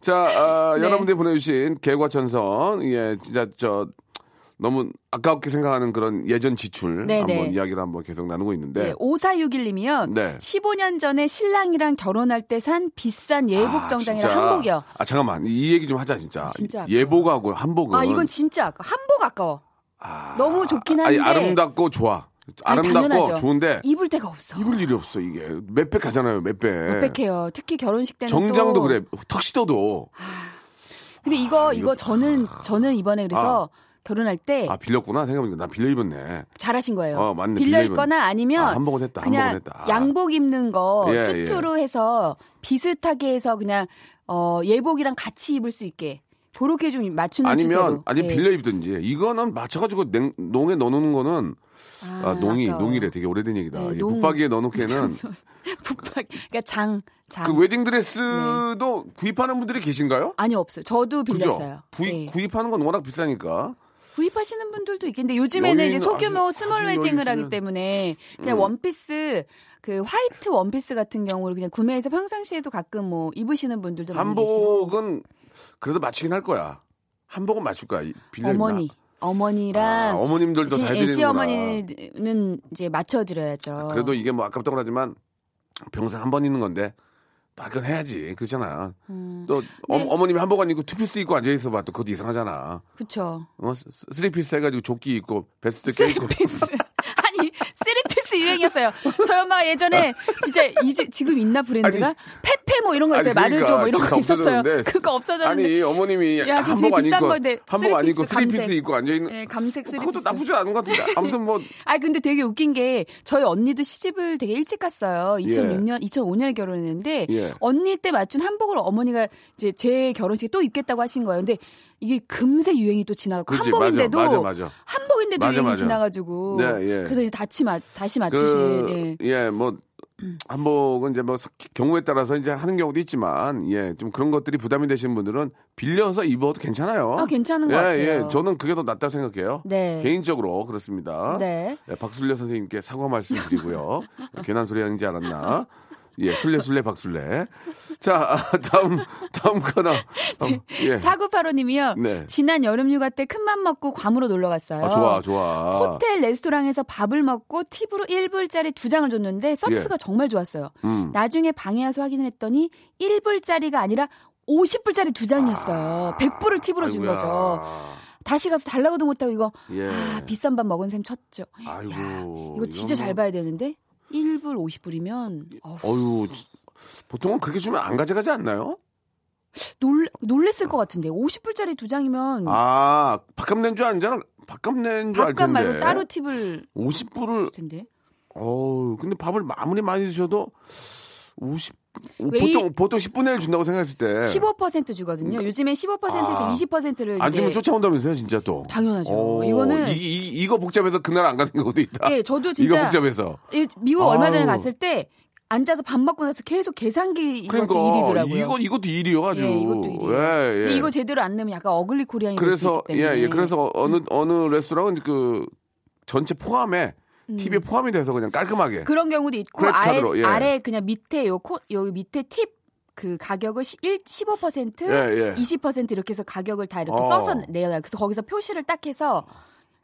[SPEAKER 3] 자 아,
[SPEAKER 6] 네.
[SPEAKER 3] 여러분들이 보내주신 개과천선 예 진짜 저 너무 아깝게 생각하는 그런 예전 지출
[SPEAKER 6] 네,
[SPEAKER 3] 한번
[SPEAKER 6] 네.
[SPEAKER 3] 이야기를 한번 계속 나누고 있는데
[SPEAKER 6] 예, 5461님이요.
[SPEAKER 3] 네.
[SPEAKER 6] 15년 전에 신랑이랑 결혼할 때 산 비싼 예복
[SPEAKER 3] 아,
[SPEAKER 6] 정장이랑
[SPEAKER 3] 진짜.
[SPEAKER 6] 한복이요.
[SPEAKER 3] 아 잠깐만 이 얘기 좀 하자 진짜.
[SPEAKER 6] 진짜 아까워.
[SPEAKER 3] 예복하고 한복은
[SPEAKER 6] 아, 이건 진짜 아까 한복 아까워. 너무 좋긴
[SPEAKER 3] 아니,
[SPEAKER 6] 한데.
[SPEAKER 3] 아름답고 좋아.
[SPEAKER 6] 아니,
[SPEAKER 3] 아름답고
[SPEAKER 6] 당연하죠.
[SPEAKER 3] 좋은데
[SPEAKER 6] 입을 데가 없어.
[SPEAKER 3] 입을 일이 없어 이게 몇 배 가잖아요 몇 배.
[SPEAKER 6] 빽빽해요. 특히 결혼식 때는
[SPEAKER 3] 정장도
[SPEAKER 6] 또.
[SPEAKER 3] 그래 턱시도도
[SPEAKER 6] 근데
[SPEAKER 3] 이거-
[SPEAKER 6] 이거 이거 저는 저는 이번에 그래서 결혼할 때
[SPEAKER 3] 아 빌렸구나 생각해보니까 나 빌려 입었네.
[SPEAKER 6] 잘하신 거예요.
[SPEAKER 3] 어, 맞네.
[SPEAKER 6] 빌려
[SPEAKER 3] 빌려
[SPEAKER 6] 입거나 아니면
[SPEAKER 3] 아, 한복은 했다,
[SPEAKER 6] 그냥
[SPEAKER 3] 한복은 했다. 아.
[SPEAKER 6] 양복 입는 거
[SPEAKER 3] 예,
[SPEAKER 6] 수트로 해서 비슷하게 해서 그냥 어, 예복이랑 같이 입을 수 있게 그렇게 좀 맞추는
[SPEAKER 3] 아니면
[SPEAKER 6] 추세로.
[SPEAKER 3] 아니
[SPEAKER 6] 예.
[SPEAKER 3] 빌려 입든지 이거는 맞춰가지고 냉, 농에 넣어놓는 거는 아, 농이
[SPEAKER 6] 아까워.
[SPEAKER 3] 농이래 되게 오래된 얘기다.
[SPEAKER 6] 네,
[SPEAKER 3] 예,
[SPEAKER 6] 농.
[SPEAKER 3] 붙박이에 넣어놓기에는
[SPEAKER 6] 붙박 그러니까 장 장.
[SPEAKER 3] 그 웨딩 드레스도 구입하는 분들이 계신가요?
[SPEAKER 6] 아니 없어요. 저도
[SPEAKER 3] 그죠?
[SPEAKER 6] 네. 빌렸어요.
[SPEAKER 3] 구입
[SPEAKER 6] 예.
[SPEAKER 3] 구입하는 건 워낙 비싸니까.
[SPEAKER 6] 구입하시는 분들도 있겠는데 요즘에는
[SPEAKER 3] 여유있는
[SPEAKER 6] 이제 소규모
[SPEAKER 3] 아주-
[SPEAKER 6] 스몰
[SPEAKER 3] 아주
[SPEAKER 6] 웨딩을
[SPEAKER 3] 여유있으면- 음.
[SPEAKER 6] 하기 때문에 그냥 원피스 그 화이트 원피스 같은 경우를 그냥 구매해서 평상시에도 가끔 뭐 입으시는 분들도 많이 계시고
[SPEAKER 3] 한복은 그래도 맞추긴 할 거야. 한복은 맞출 거야. 이- 빌려 입나?
[SPEAKER 6] 어머니
[SPEAKER 3] 아,
[SPEAKER 6] 어머니랑
[SPEAKER 3] 어머님들도 다
[SPEAKER 6] 시,
[SPEAKER 3] 해드리는구나.
[SPEAKER 6] 어머니는 이제 맞춰드려야죠.
[SPEAKER 3] 그래도 이게 뭐 아깝다고 하지만 평생 한 번 입는 건데 또 그건 해야지 그렇잖아. 또 어,
[SPEAKER 6] 네.
[SPEAKER 3] 어머님이 한복 안 입고 투피스 입고 앉아 있어 봐도 그것도 이상하잖아.
[SPEAKER 6] 그쵸.
[SPEAKER 3] 어, 쓰- 쓰리피스 해가지고 조끼 입고 베스트 껴 입고
[SPEAKER 6] 쓰리피스. 아니 쓰리피스 유행이었어요. 저희 엄마가 예전에 진짜 이제 지금 있나 브랜드가 페페 뭐 이런 거 있어요.
[SPEAKER 3] 아니, 그러니까
[SPEAKER 6] 마르조 뭐 이런 거
[SPEAKER 3] 지금
[SPEAKER 6] 있었어요.
[SPEAKER 3] 없어졌는데
[SPEAKER 6] 그거 없어졌는데
[SPEAKER 3] 아니 어머님이
[SPEAKER 6] 야, 그게
[SPEAKER 3] 한복 안
[SPEAKER 6] 비싼
[SPEAKER 3] 입고
[SPEAKER 6] 건데
[SPEAKER 3] 한복 안
[SPEAKER 6] 쓰리피스
[SPEAKER 3] 입고 쓰리피스
[SPEAKER 6] 감색.
[SPEAKER 3] 입고 앉아 있는
[SPEAKER 6] 예, 감색 쓰리피스.
[SPEAKER 3] 그것도 나쁘지 않은 것 같은데 아무튼 뭐
[SPEAKER 6] 아 근데 되게 웃긴 게 저희 언니도 시집을 되게 일찍 갔어요. 2006년, 2005년에 결혼했는데
[SPEAKER 3] 예.
[SPEAKER 6] 언니 때 맞춘 한복을 어머니가 이제 제 결혼식에 또 입겠다고 하신 거예요. 근데 이게 금세 유행이 또 지나고
[SPEAKER 3] 그렇지,
[SPEAKER 6] 한복인데도
[SPEAKER 3] 맞아, 맞아, 맞아.
[SPEAKER 6] 한복인데도
[SPEAKER 3] 맞아,
[SPEAKER 6] 유행이
[SPEAKER 3] 맞아.
[SPEAKER 6] 지나가지고
[SPEAKER 3] 네, 예.
[SPEAKER 6] 그래서 이제 다시 맞 다시 맞추신
[SPEAKER 3] 그,
[SPEAKER 6] 예.
[SPEAKER 3] 예, 뭐, 한복은 이제 뭐 사- 경우에 따라서 이제 하는 경우도 있지만, 예, 좀 그런 것들이 부담이 되시는 분들은 빌려서 입어도 괜찮아요.
[SPEAKER 6] 아, 괜찮은 것
[SPEAKER 3] 예,
[SPEAKER 6] 같아요.
[SPEAKER 3] 예, 저는 그게 더 낫다고 생각해요.
[SPEAKER 6] 네.
[SPEAKER 3] 개인적으로 그렇습니다.
[SPEAKER 6] 네.
[SPEAKER 3] 예, 박순려 선생님께 사과 말씀드리고요. 괜한 소리 하는지 알았나. 예, 술래술래 박술래. 자, 아, 다음, 다음 거나. 다음, 예.
[SPEAKER 6] 사구팔오님이요.
[SPEAKER 3] 네.
[SPEAKER 6] 지난 여름 휴가 때 큰맘 먹고 괌으로 놀러 갔어요.
[SPEAKER 3] 아, 좋아, 좋아.
[SPEAKER 6] 호텔 레스토랑에서 밥을 먹고 팁으로 1불짜리 두 장을 줬는데 서비스가 정말 좋았어요.
[SPEAKER 3] 예. 음.
[SPEAKER 6] 나중에 방에 와서 확인을 했더니 1불짜리가 아니라 50불짜리 두 장이었어요. 100불을 팁으로 준
[SPEAKER 3] 아, 아이고야.
[SPEAKER 6] 거죠. 다시 가서 달라고도 못하고 이거
[SPEAKER 3] 예.
[SPEAKER 6] 아, 비싼 밥 먹은 셈 쳤죠.
[SPEAKER 3] 아이고.
[SPEAKER 6] 이거 진짜
[SPEAKER 3] 이건
[SPEAKER 6] 잘
[SPEAKER 3] 뭐-
[SPEAKER 6] 봐야 되는데 1불
[SPEAKER 3] 예.
[SPEAKER 6] 50불이면 어,
[SPEAKER 3] 어유 보통은 그렇게 주면 안 가져가지 않나요?
[SPEAKER 6] 놀, 놀랬을 것 같은데 50불짜리 두 장이면
[SPEAKER 3] 아, 밥값 낸 줄 아니잖아. 밥값 낸 줄 알 텐데.
[SPEAKER 6] 음. 밥값 말고 따로 팁을
[SPEAKER 3] 50불을,
[SPEAKER 6] 줄 텐데.
[SPEAKER 3] 어우, 근데 밥을 아무리 많이 드셔도 50,
[SPEAKER 6] 왜
[SPEAKER 3] 보통, 보통 10분의 1 준다고 생각했을 때.
[SPEAKER 6] 15% 주거든요. 요즘에 15%에서
[SPEAKER 3] 예. 그러니까. 아.
[SPEAKER 6] 20%를
[SPEAKER 3] 안 주면
[SPEAKER 6] 이제
[SPEAKER 3] 쫓아온다면서요, 진짜 또.
[SPEAKER 6] 당연하죠. 뭐
[SPEAKER 3] 오,
[SPEAKER 6] 이거는-
[SPEAKER 3] 이, 이, 이거 복잡해서 그날 안 가는 경우도 있다.
[SPEAKER 6] 예, 저도
[SPEAKER 3] 이거
[SPEAKER 6] 진짜
[SPEAKER 3] 복잡해서.
[SPEAKER 6] 이 미국 얼마 전에
[SPEAKER 3] 아우.
[SPEAKER 6] 갔을 때 앉아서 밥 먹고 나서 계속 계산기 이것도
[SPEAKER 3] 그러니까
[SPEAKER 6] 일이더라고요.
[SPEAKER 3] 이거 이것도 일이요 아주.
[SPEAKER 6] 예, 이것도 일이에요.
[SPEAKER 3] 예, 예.
[SPEAKER 6] 근데 이거 제대로 안 넣으면 약간 어글리 코리안이 될수
[SPEAKER 3] 그래서
[SPEAKER 6] 있기 때문에. 음.
[SPEAKER 3] 예, 예. 그래서 어느 어느 레스토랑은 그 전체 포함에 팁에 포함이 돼서 그냥 깔끔하게.
[SPEAKER 6] 음. 그런 경우도 있고
[SPEAKER 3] 크레딧
[SPEAKER 6] 아예
[SPEAKER 3] 카드로, 예.
[SPEAKER 6] 아래 그냥 밑에 요 코, 요 밑에 팁 그 가격을 시- 1 15%
[SPEAKER 3] 예, 예.
[SPEAKER 6] 20% 이렇게 해서 가격을 다 이렇게
[SPEAKER 3] 어.
[SPEAKER 6] 써서 내요. 그래서 거기서 표시를 딱 해서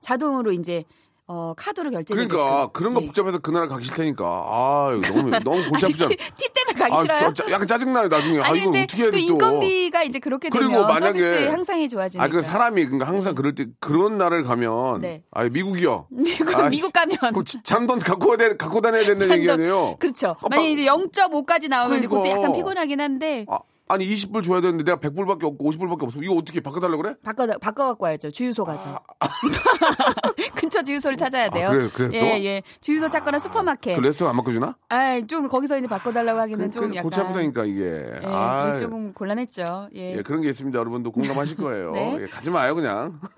[SPEAKER 6] 자동으로 이제 어 카드로 결제를
[SPEAKER 3] 그러니까 그런 거
[SPEAKER 6] 예.
[SPEAKER 3] 복잡해서 그날 가기 싫다니까. 아, 이거 너무 너무 골치 아프잖아.
[SPEAKER 6] 아니, 팁- 팁 때문에 가기 싫어요?
[SPEAKER 3] 아, 저- 저- 약간 짜증나요 나중에. 아,
[SPEAKER 6] 아니
[SPEAKER 3] 이걸
[SPEAKER 6] 근데
[SPEAKER 3] 어떻게 해야
[SPEAKER 6] 또
[SPEAKER 3] 돼 또.
[SPEAKER 6] 인건비가 이제 그렇게
[SPEAKER 3] 그리고
[SPEAKER 6] 되면
[SPEAKER 3] 만약에-
[SPEAKER 6] 서비스 향상이 좋아지니까.
[SPEAKER 3] 아, 그 사람이 그러니까 항상 그럴 때 그런 날을 가면
[SPEAKER 6] 네.
[SPEAKER 3] 아, 미국이요.
[SPEAKER 6] 미국
[SPEAKER 3] 아,
[SPEAKER 6] 미국 가면
[SPEAKER 3] 그 잔돈 갖고 와야 돼, 갖고 다녀야 된다는
[SPEAKER 6] 잔돈.
[SPEAKER 3] 얘기 아니에요?
[SPEAKER 6] 그렇죠.
[SPEAKER 3] 어,
[SPEAKER 6] 만약
[SPEAKER 3] 막-
[SPEAKER 6] 이제 0.5까지 나오면 이제 그때
[SPEAKER 3] 그러니까.
[SPEAKER 6] 약간 피곤하긴 한데
[SPEAKER 3] 아, 아니 20불 줘야 되는데 내가 100불밖에 없고 50불밖에 없어. 이거 어떻게 바꿔 달라고 그래?
[SPEAKER 6] 바꿔 바꿔 갖고 와야죠. 주유소 가서 근처 주유소를 찾아야 돼요.
[SPEAKER 3] 아, 그래요? 그래요? 또?
[SPEAKER 6] 예, 예. 주유소 찾거나 슈퍼마켓.
[SPEAKER 3] 그 레스토랑 안 바꿔 주나?
[SPEAKER 6] 아, 좀 거기서 이제 바꿔달라고 하기는 네. 좀 약간.
[SPEAKER 3] 골치 아프다니까 그러니까 이게.
[SPEAKER 6] 예,
[SPEAKER 3] 아,
[SPEAKER 6] 그래서 조금 곤란했죠. 예,
[SPEAKER 3] 예, 그런 게 있습니다. 여러분도 공감하실 거예요.
[SPEAKER 6] 네.
[SPEAKER 3] 예, 가지 마요 그냥.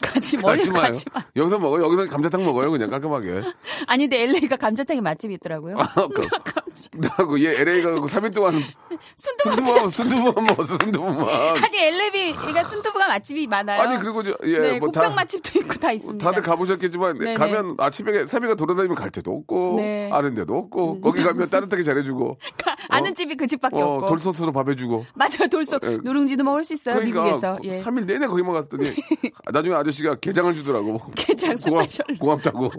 [SPEAKER 6] 가지 멀리
[SPEAKER 3] 가지 마요.
[SPEAKER 6] 가지 마.
[SPEAKER 3] 여기서 먹어요. 여기서 감자탕 먹어요. 그냥 깔끔하게.
[SPEAKER 6] 아니 근데 LA가 감자탕이 맛집이 있더라고요.
[SPEAKER 3] 아,
[SPEAKER 6] 깜짝-
[SPEAKER 3] 나고 그 얘 LA 가고 3일 동안
[SPEAKER 6] 순두부 맛집.
[SPEAKER 3] 순두부만 순두부만 먹었어. 순두부만.
[SPEAKER 6] 아니 LA가 순두부가 맛집이 많아요.
[SPEAKER 3] 아니 그리고 저, 예,
[SPEAKER 6] 네,
[SPEAKER 3] 뭐
[SPEAKER 6] 곱창
[SPEAKER 3] 다, 뭐
[SPEAKER 6] 맛집도 있고 다 있습니다.
[SPEAKER 3] 다들 가보셨겠지만 어?
[SPEAKER 6] 네네.
[SPEAKER 3] 가면 아침에 사비가 돌아다니면 갈 데도 없고
[SPEAKER 6] 네.
[SPEAKER 3] 아는 데도 없고 거기 가면 따뜻하게 잘해주고
[SPEAKER 6] 가- 아는 집이 그 집밖에
[SPEAKER 3] 어,
[SPEAKER 6] 없고.
[SPEAKER 3] 돌솥으로 밥해주고
[SPEAKER 6] 맞아요, 돌솥.
[SPEAKER 3] 예. 그러니까
[SPEAKER 6] 누룽지도 먹을 수 있어요, 미국에서. 예.
[SPEAKER 3] 3일 내내 거기만 갔더니 나중에 아저씨가 게장을 주더라고.
[SPEAKER 6] 게장 스페셜로.
[SPEAKER 3] 고맙, 다고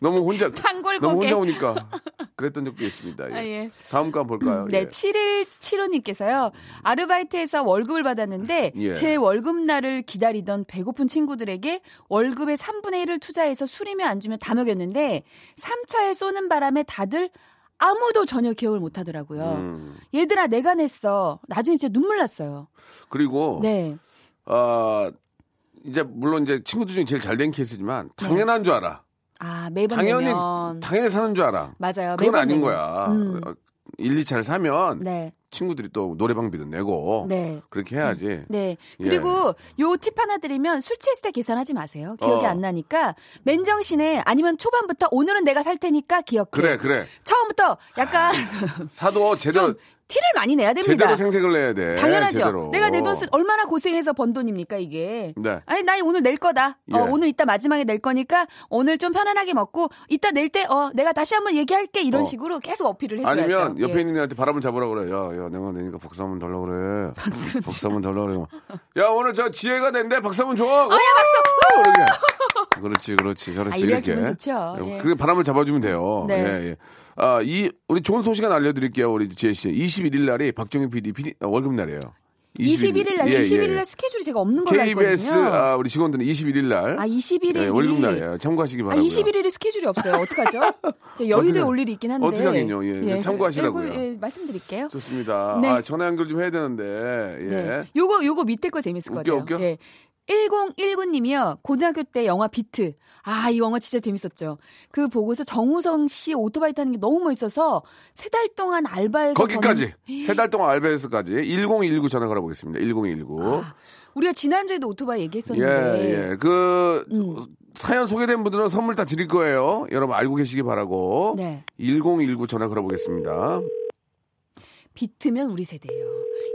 [SPEAKER 3] 너무 혼자
[SPEAKER 6] 단골
[SPEAKER 3] 너무
[SPEAKER 6] 고개.
[SPEAKER 3] 혼자 오니까 그랬던 적도 있습니다. 예.
[SPEAKER 6] 아, 예.
[SPEAKER 3] 다음 거 한번 볼까요?
[SPEAKER 6] 네,
[SPEAKER 3] 예.
[SPEAKER 6] 7일 7호님께서요. 아르바이트에서 월급을 받았는데
[SPEAKER 3] 예.
[SPEAKER 6] 제 월급날을 기다리던 배고픈 친구들에게 월급의 3분의 1을 투자해서 술이며 안주며 다 먹였는데 3차에 쏘는 바람에 다들 아무도 전혀 기억을 못 하더라고요.
[SPEAKER 3] 음,
[SPEAKER 6] 얘들아, 내가 냈어. 나중에 진짜 눈물 났어요.
[SPEAKER 3] 그리고
[SPEAKER 6] 네.
[SPEAKER 3] 아, 이제 물론 이제 친구들 중에 제일 잘 된 케이스지만 당연한 줄 알아.
[SPEAKER 6] 아, 매번
[SPEAKER 3] 당연히
[SPEAKER 6] 내면.
[SPEAKER 3] 당연히 사는 줄 알아.
[SPEAKER 6] 맞아요.
[SPEAKER 3] 그건
[SPEAKER 6] 매번
[SPEAKER 3] 아닌
[SPEAKER 6] 내면.
[SPEAKER 3] 거야.
[SPEAKER 6] 음.
[SPEAKER 3] 어, 일, 이차를 사면
[SPEAKER 6] 네.
[SPEAKER 3] 친구들이 또 노래방비도 내고
[SPEAKER 6] 네.
[SPEAKER 3] 그렇게 해야지.
[SPEAKER 6] 네.
[SPEAKER 3] 예.
[SPEAKER 6] 그리고 요 팁 하나 드리면 술 취했을 때 계산하지 마세요. 기억이
[SPEAKER 3] 어.
[SPEAKER 6] 안 나니까 맨정신에 아니면 초반부터 오늘은 내가 살 테니까 기억해.
[SPEAKER 3] 그래 그래.
[SPEAKER 6] 처음부터 약간
[SPEAKER 3] 사도
[SPEAKER 6] 네. 좀
[SPEAKER 3] 제대로
[SPEAKER 6] 티를 많이 내야 됩니다.
[SPEAKER 3] 제대로 생색을 내야 돼.
[SPEAKER 6] 당연하죠.
[SPEAKER 3] 제대로. 어.
[SPEAKER 6] 내가 내 돈 쓴 얼마나 고생해서 번 돈입니까 이게.
[SPEAKER 3] 네.
[SPEAKER 6] 아니 나 오늘 낼 거다. 어,
[SPEAKER 3] 예.
[SPEAKER 6] 오늘 이따 마지막에 낼 거니까 오늘 좀 편안하게 먹고 이따 낼 때 어, 내가 다시 한번 얘기할게 이런
[SPEAKER 3] 어.
[SPEAKER 6] 식으로 계속 어필을 해줘야죠.
[SPEAKER 3] 아니면 옆에
[SPEAKER 6] 예.
[SPEAKER 3] 있는 애한테 바람을 잡으라고 그래. 야, 야, 내가 내니까 박수 한번 달라고 그래.
[SPEAKER 6] 박수.
[SPEAKER 3] 박수 한번 달라고 그래. 막. 야, 오늘 저 지혜가 된대. 박수 한번 줘.
[SPEAKER 6] 아야 박수.
[SPEAKER 3] 어, 이렇게. 그렇지, 그렇지. 잘했어.
[SPEAKER 6] 아, 이래야
[SPEAKER 3] 이렇게.
[SPEAKER 6] 기분 좋죠. 예.
[SPEAKER 3] 그게 바람을 잡아주면 돼요.
[SPEAKER 6] 네.
[SPEAKER 3] 예, 예. 아, 이, 우리 좋은 소식 하나 알려드릴게요. 우리 지혜 씨. 21일 날이 박정희 PD, PD 아, 월급 날이에요.
[SPEAKER 6] 21일 날
[SPEAKER 3] 예, 예.
[SPEAKER 6] 21일 날 스케줄이 제가 없는 걸로 알고 있거든요.
[SPEAKER 3] KBS, 아, 우리 직원들은 21일 날.
[SPEAKER 6] 아, 21일
[SPEAKER 3] 예,
[SPEAKER 6] 이-
[SPEAKER 3] 월급 날이에요. 참고하시기
[SPEAKER 6] 아,
[SPEAKER 3] 바랍니다.
[SPEAKER 6] 21일이 스케줄이 없어요. 어떡하죠? 제가 여의도에
[SPEAKER 3] 어떡하-
[SPEAKER 6] 올 일이 있긴 한데.
[SPEAKER 3] 어떻게 하긴요. 예, 참고하시라고요.
[SPEAKER 6] 그리고, 예, 말씀드릴게요.
[SPEAKER 3] 좋습니다.
[SPEAKER 6] 네.
[SPEAKER 3] 아, 전화 연결 좀 해야 되는데. 예.
[SPEAKER 6] 네. 요거 요거 밑에 거 재밌을 것
[SPEAKER 3] 웃겨,
[SPEAKER 6] 같아요.
[SPEAKER 3] 웃겨?
[SPEAKER 6] 예. 1019님이요. 고등학교 때 영화 비트. 아, 이 영화 진짜 재밌었죠. 그 보고서 정우성 씨 오토바이 타는 게 너무 멋있어서 세 달 동안 알바해서
[SPEAKER 3] 거기까지
[SPEAKER 6] 버는-
[SPEAKER 3] 세 달 동안 알바에서까지 1019 전화 걸어보겠습니다. 1019.
[SPEAKER 6] 우리가 지난주에도 오토바이 얘기했었는데.
[SPEAKER 3] 예, 예. 그
[SPEAKER 6] 음.
[SPEAKER 3] 사연 소개된 분들은 선물 다 드릴 거예요. 여러분 알고 계시기 바라고.
[SPEAKER 6] 네.
[SPEAKER 3] 1019 전화 걸어보겠습니다.
[SPEAKER 6] 비트면 우리 세대예요.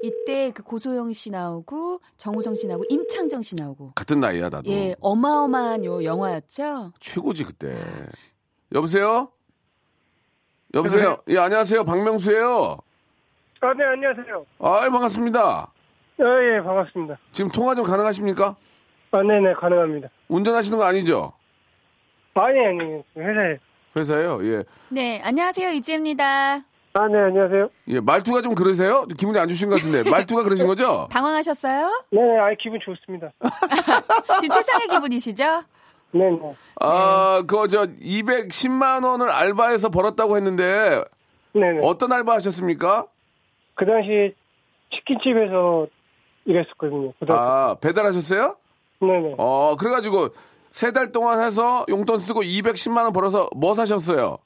[SPEAKER 6] 이때 그 고소영 씨 나오고 정우성 씨 나오고 임창정 씨 나오고
[SPEAKER 3] 같은 나이야 나도.
[SPEAKER 6] 예, 어마어마한 요 영화였죠.
[SPEAKER 3] 최고지 그때. 여보세요? 여보세요. 예, 안녕하세요. 박명수예요.
[SPEAKER 7] 아, 네, 안녕하세요.
[SPEAKER 3] 아이, 반갑습니다.
[SPEAKER 7] 아, 예, 반갑습니다.
[SPEAKER 3] 지금 통화 좀 가능하십니까?
[SPEAKER 7] 아, 네네, 가능합니다.
[SPEAKER 3] 운전하시는 거 아니죠?
[SPEAKER 7] 아니, 아니, 회사에.
[SPEAKER 3] 회사요. 예.
[SPEAKER 6] 네, 안녕하세요. 이지혜입니다.
[SPEAKER 7] 아, 네, 안녕하세요.
[SPEAKER 3] 예, 말투가 좀 그러세요? 기분이 안 좋으신 것 같은데. 말투가 그러신 거죠?
[SPEAKER 6] 당황하셨어요?
[SPEAKER 7] 네, 아, 기분 좋습니다.
[SPEAKER 6] 지금 최상의 기분이시죠?
[SPEAKER 7] 네네.
[SPEAKER 3] 아, 그거 저 210만 원을 알바해서 벌었다고 했는데
[SPEAKER 7] 네네.
[SPEAKER 3] 어떤 알바 하셨습니까?
[SPEAKER 7] 그 당시 치킨집에서 일했었거든요. 그 당시.
[SPEAKER 3] 아, 배달하셨어요?
[SPEAKER 7] 네네.
[SPEAKER 3] 어, 그래가지고 세 달 동안 해서 용돈 쓰고 210만 원 벌어서 뭐 사셨어요?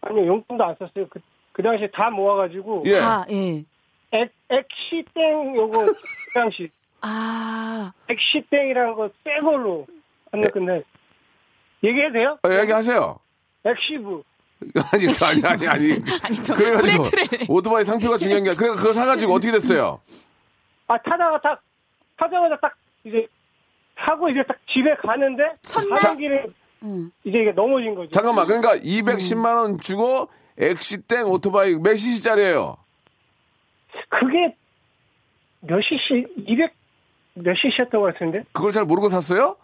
[SPEAKER 7] 아니, 용돈도 안 썼어요. 그, 그 당시 다 모아가지고.
[SPEAKER 3] 예.
[SPEAKER 6] 아, 예.
[SPEAKER 7] 액, 액시땡 요거, 그 당시.
[SPEAKER 6] 아,
[SPEAKER 7] 액시땡이라는 거새 걸로. 근데, 근데. 얘기해도 돼요?
[SPEAKER 3] 예. 어, 얘기하세요.
[SPEAKER 7] 액시브.
[SPEAKER 3] 아니, 아니, 아니, 아니.
[SPEAKER 6] 아니, 저
[SPEAKER 3] 그래가지고
[SPEAKER 6] 브레트를.
[SPEAKER 3] 오토바이 상표가 중요한 게 아니라 그래 그거 사가지고 어떻게 됐어요?
[SPEAKER 7] 아, 타다가 딱, 타자마자 딱, 이제, 타고 이제 딱 집에 가는데.
[SPEAKER 3] 자-
[SPEAKER 7] 가는 길에
[SPEAKER 6] 음.
[SPEAKER 7] 이제 이게 넘어진 거죠.
[SPEAKER 3] 잠깐만 그러니까 210만 원 주고 엑시땡 오토바이 몇 시시짜리예요?
[SPEAKER 7] 그게 몇 cc, 200, 몇 cc였던 것 같은데?
[SPEAKER 3] 그걸 잘 모르고 샀어요?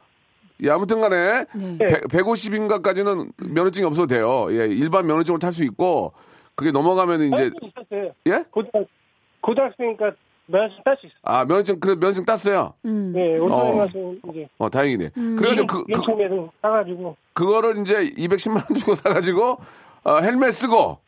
[SPEAKER 3] 예, 아무튼 간에
[SPEAKER 6] 네.
[SPEAKER 3] 150인가까지는 면허증이 없어도 돼요. 예, 일반 면허증을 탈 수 있고 그게 넘어가면 이제
[SPEAKER 7] 딸수 있었어요.
[SPEAKER 3] 예?
[SPEAKER 7] 고등, 고등학생이니까 면허증 딸수 있어요.
[SPEAKER 3] 아, 면허증 그래 면허증 땄어요.
[SPEAKER 6] 음.
[SPEAKER 7] 네,
[SPEAKER 3] 어.
[SPEAKER 7] 오토바이 가서 이제
[SPEAKER 3] 어, 다행이네. 그래 가지고 그, 그
[SPEAKER 7] 인천에서 사가지고
[SPEAKER 3] 그거를 이제 210만 원 주고 사 가지고 어, 헬멧 쓰고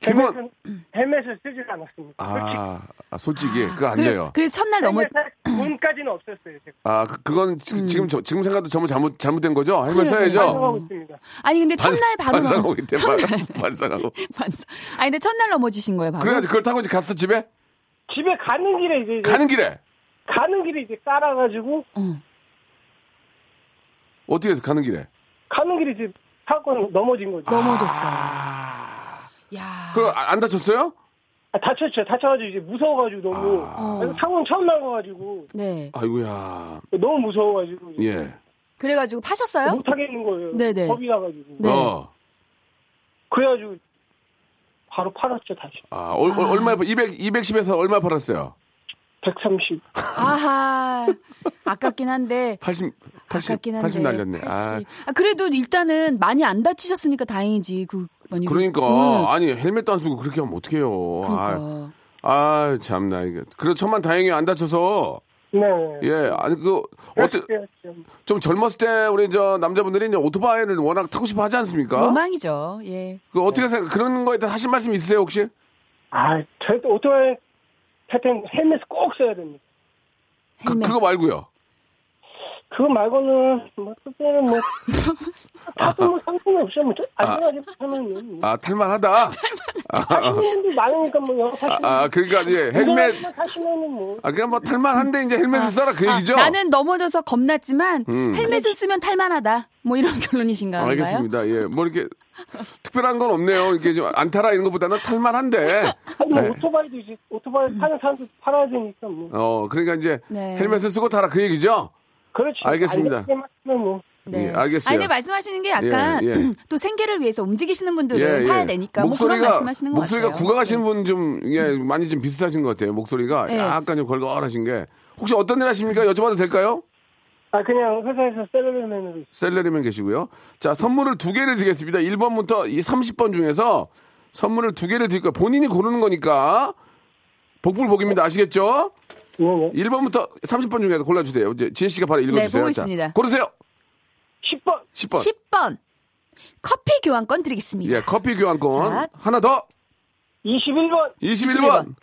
[SPEAKER 3] 기본
[SPEAKER 7] 헬멧은, 헬멧을 쓰질 않았습니다. 솔직히
[SPEAKER 3] 아, 아, 솔직히 그거 안 돼요.
[SPEAKER 6] 그래, 서 첫날 넘어
[SPEAKER 7] 헬멧 살 돈까지는 없었어요. 제가
[SPEAKER 3] 아, 그, 그건 지- 지금 저- 지금 생각도 전부 잘못 잘못된 거죠? 헬멧 써야죠.
[SPEAKER 7] 사용하고 있습니다.
[SPEAKER 6] 아니 근데 첫날 바로
[SPEAKER 3] 반상하고
[SPEAKER 6] 넘어
[SPEAKER 3] 있대.
[SPEAKER 6] 첫날
[SPEAKER 3] 반상하고.
[SPEAKER 6] 반사. 아니 근데 첫날 넘어지신 거예요, 바로.
[SPEAKER 3] 그래 가지고 그걸 타고 이제 갔어 집에?
[SPEAKER 7] 집에 가는 길에 이제, 이제
[SPEAKER 3] 가는 길에.
[SPEAKER 7] 가는 길에 이제 깔아가지고
[SPEAKER 6] 어.
[SPEAKER 3] 어떻게 해서 가는 길에?
[SPEAKER 7] 가는 길에 이제 사건 넘어진 거죠.
[SPEAKER 6] 넘어졌어요. 야.
[SPEAKER 3] 아. 그거 아- 안 다쳤어요?
[SPEAKER 7] 아, 다쳤죠. 다쳐가지고 이제 무서워가지고 너무
[SPEAKER 3] 아.
[SPEAKER 6] 어.
[SPEAKER 7] 상황 처음 나가가지고
[SPEAKER 6] 네.
[SPEAKER 3] 아이고야.
[SPEAKER 7] 너무 무서워가지고 이제
[SPEAKER 3] 예.
[SPEAKER 6] 그래 가지고 파셨어요?
[SPEAKER 7] 못하겠는 거예요.
[SPEAKER 6] 네네.
[SPEAKER 7] 겁이 나가지고.
[SPEAKER 6] 네.
[SPEAKER 3] 어.
[SPEAKER 7] 그래가지고 바로 팔았죠 다시.
[SPEAKER 3] 아, 얼, 얼- 얼마 200 210에서 얼마 팔았어요?
[SPEAKER 7] 130.
[SPEAKER 6] 아하. 아깝긴 한데
[SPEAKER 3] 80 80
[SPEAKER 6] 아깝긴 한데.
[SPEAKER 3] 80 날렸네.
[SPEAKER 6] 80.
[SPEAKER 3] 아.
[SPEAKER 6] 아, 그래도 일단은 많이 안 다치셨으니까 다행이지. 그 많이
[SPEAKER 3] 그러니까
[SPEAKER 6] 음,
[SPEAKER 3] 아니 헬멧도 안 쓰고 그렇게 하면 어떡해요.
[SPEAKER 6] 그러니까.
[SPEAKER 3] 아, 아, 참나 이거. 그래 천만 다행히 안 다쳐서
[SPEAKER 7] 네.
[SPEAKER 3] 예, 아니 그 어때 좀 젊었을 때 우리 저 남자분들이 이제 오토바이를 워낙 타고 싶어 하지
[SPEAKER 6] 뭐
[SPEAKER 3] 않습니까?
[SPEAKER 6] 로망이죠. 예.
[SPEAKER 3] 그 어떻게 생각 그런 거에 대해 하신 말씀 있으세요, 혹시?
[SPEAKER 7] 아, 절대 오토바이 탈땐 헬멧 꼭 써야 됩니다.
[SPEAKER 3] 그,
[SPEAKER 6] 헬멧.
[SPEAKER 3] 그거 말고요.
[SPEAKER 7] 그거 말고는 뭐 그때는 뭐 타도 뭐 상관이 없죠. 뭐 안전하게 타면
[SPEAKER 3] 아, 탈만하다.
[SPEAKER 7] 헬멧이 많으니까 뭐 영어
[SPEAKER 3] 아,
[SPEAKER 7] 사시면
[SPEAKER 3] 아, 그러니까 이제 헬멧
[SPEAKER 7] 사시면은 뭐
[SPEAKER 3] 아, 그냥 뭐 탈만한데 이제 헬멧을 써라 그
[SPEAKER 6] 아,
[SPEAKER 3] 얘기죠?
[SPEAKER 6] 나는 넘어져서 겁났지만
[SPEAKER 3] 음.
[SPEAKER 6] 헬멧을 쓰면 탈만하다. 뭐 이런 결론이신가요?
[SPEAKER 3] 알겠습니다. 예, 뭐 이렇게 특별한 건 없네요. 이렇게 좀 안타라 이런 것보다는 탈만한데.
[SPEAKER 7] 아니, 뭐
[SPEAKER 3] 네. 음.
[SPEAKER 7] 오토바이도 이제 오토바이 타는 사람도 팔아야 되니까 뭐
[SPEAKER 3] 어, 그러니까 이제
[SPEAKER 6] 네.
[SPEAKER 3] 헬멧을 쓰고 타라 그 얘기죠?
[SPEAKER 7] 그렇지.
[SPEAKER 3] 알겠습니다.
[SPEAKER 7] 안전하게만 하면 뭐
[SPEAKER 3] 예, 알겠어요.
[SPEAKER 6] 네. 아니, 근데 말씀하시는 게 약간
[SPEAKER 3] 예, 예.
[SPEAKER 6] 또 생계를 위해서 움직이시는 분들은 네, 타야 되니까 뭐 그런 말씀하시는 것
[SPEAKER 3] 목소리가
[SPEAKER 6] 같아요. 네. 음.
[SPEAKER 3] 구강하시는 분 좀, 예, 많이 좀 비슷하신 것 같아요. 목소리가
[SPEAKER 6] 예.
[SPEAKER 3] 약간 좀 걸걸하신 게. 혹시 어떤 일 하십니까? 여쭤봐도 될까요?
[SPEAKER 7] 아 그냥 회사에서 셀러리맨으로 있어요.
[SPEAKER 3] 셀러리맨 계시고요. 자, 선물을 두 개를 드리겠습니다. 1번부터 이 30번 중에서 선물을 두 개를 드릴 거예요. 본인이 고르는 거니까. 복불복입니다. 아시겠죠?
[SPEAKER 7] 네, 네.
[SPEAKER 3] 1번부터 30번 중에서 골라주세요. 이제 지혜 씨가 바로 읽어주세요.
[SPEAKER 6] 네, 보고
[SPEAKER 3] 자,
[SPEAKER 6] 있습니다.
[SPEAKER 3] 고르세요.
[SPEAKER 7] 10번
[SPEAKER 3] 10번.
[SPEAKER 6] 10번. 커피 교환권 드리겠습니다.
[SPEAKER 3] 예, 커피 교환권.
[SPEAKER 6] 자.
[SPEAKER 3] 하나 더.
[SPEAKER 7] 21번
[SPEAKER 3] 21번.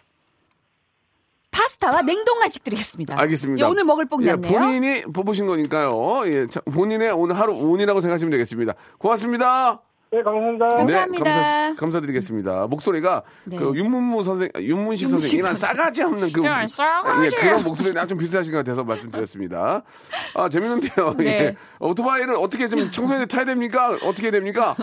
[SPEAKER 6] 파스타와 냉동 간식 드리겠습니다.
[SPEAKER 3] 알겠습니다.
[SPEAKER 6] 예, 오늘 먹을 뽕
[SPEAKER 3] 예,
[SPEAKER 6] 났네요.
[SPEAKER 3] 본인이 뽑으신 거니까요. 예, 자, 본인의 오늘 하루 운이라고 생각하시면 되겠습니다. 고맙습니다.
[SPEAKER 7] 네 감사합니다.
[SPEAKER 6] 감사합니다.
[SPEAKER 3] 네, 감사, 드리겠습니다 목소리가
[SPEAKER 6] 네.
[SPEAKER 3] 그 윤문무 선생, 윤문식 선생이랑
[SPEAKER 6] 선생.
[SPEAKER 3] 싸가지 없는 그
[SPEAKER 6] 이런 싸가지.
[SPEAKER 3] 예, 그런 목소리랑 좀 비슷하신 것 같아서 말씀드렸습니다. 아 재밌는데요.
[SPEAKER 6] 네.
[SPEAKER 3] 예. 오토바이를 어떻게 좀 청소년들 타야 됩니까? 어떻게 해야 됩니까?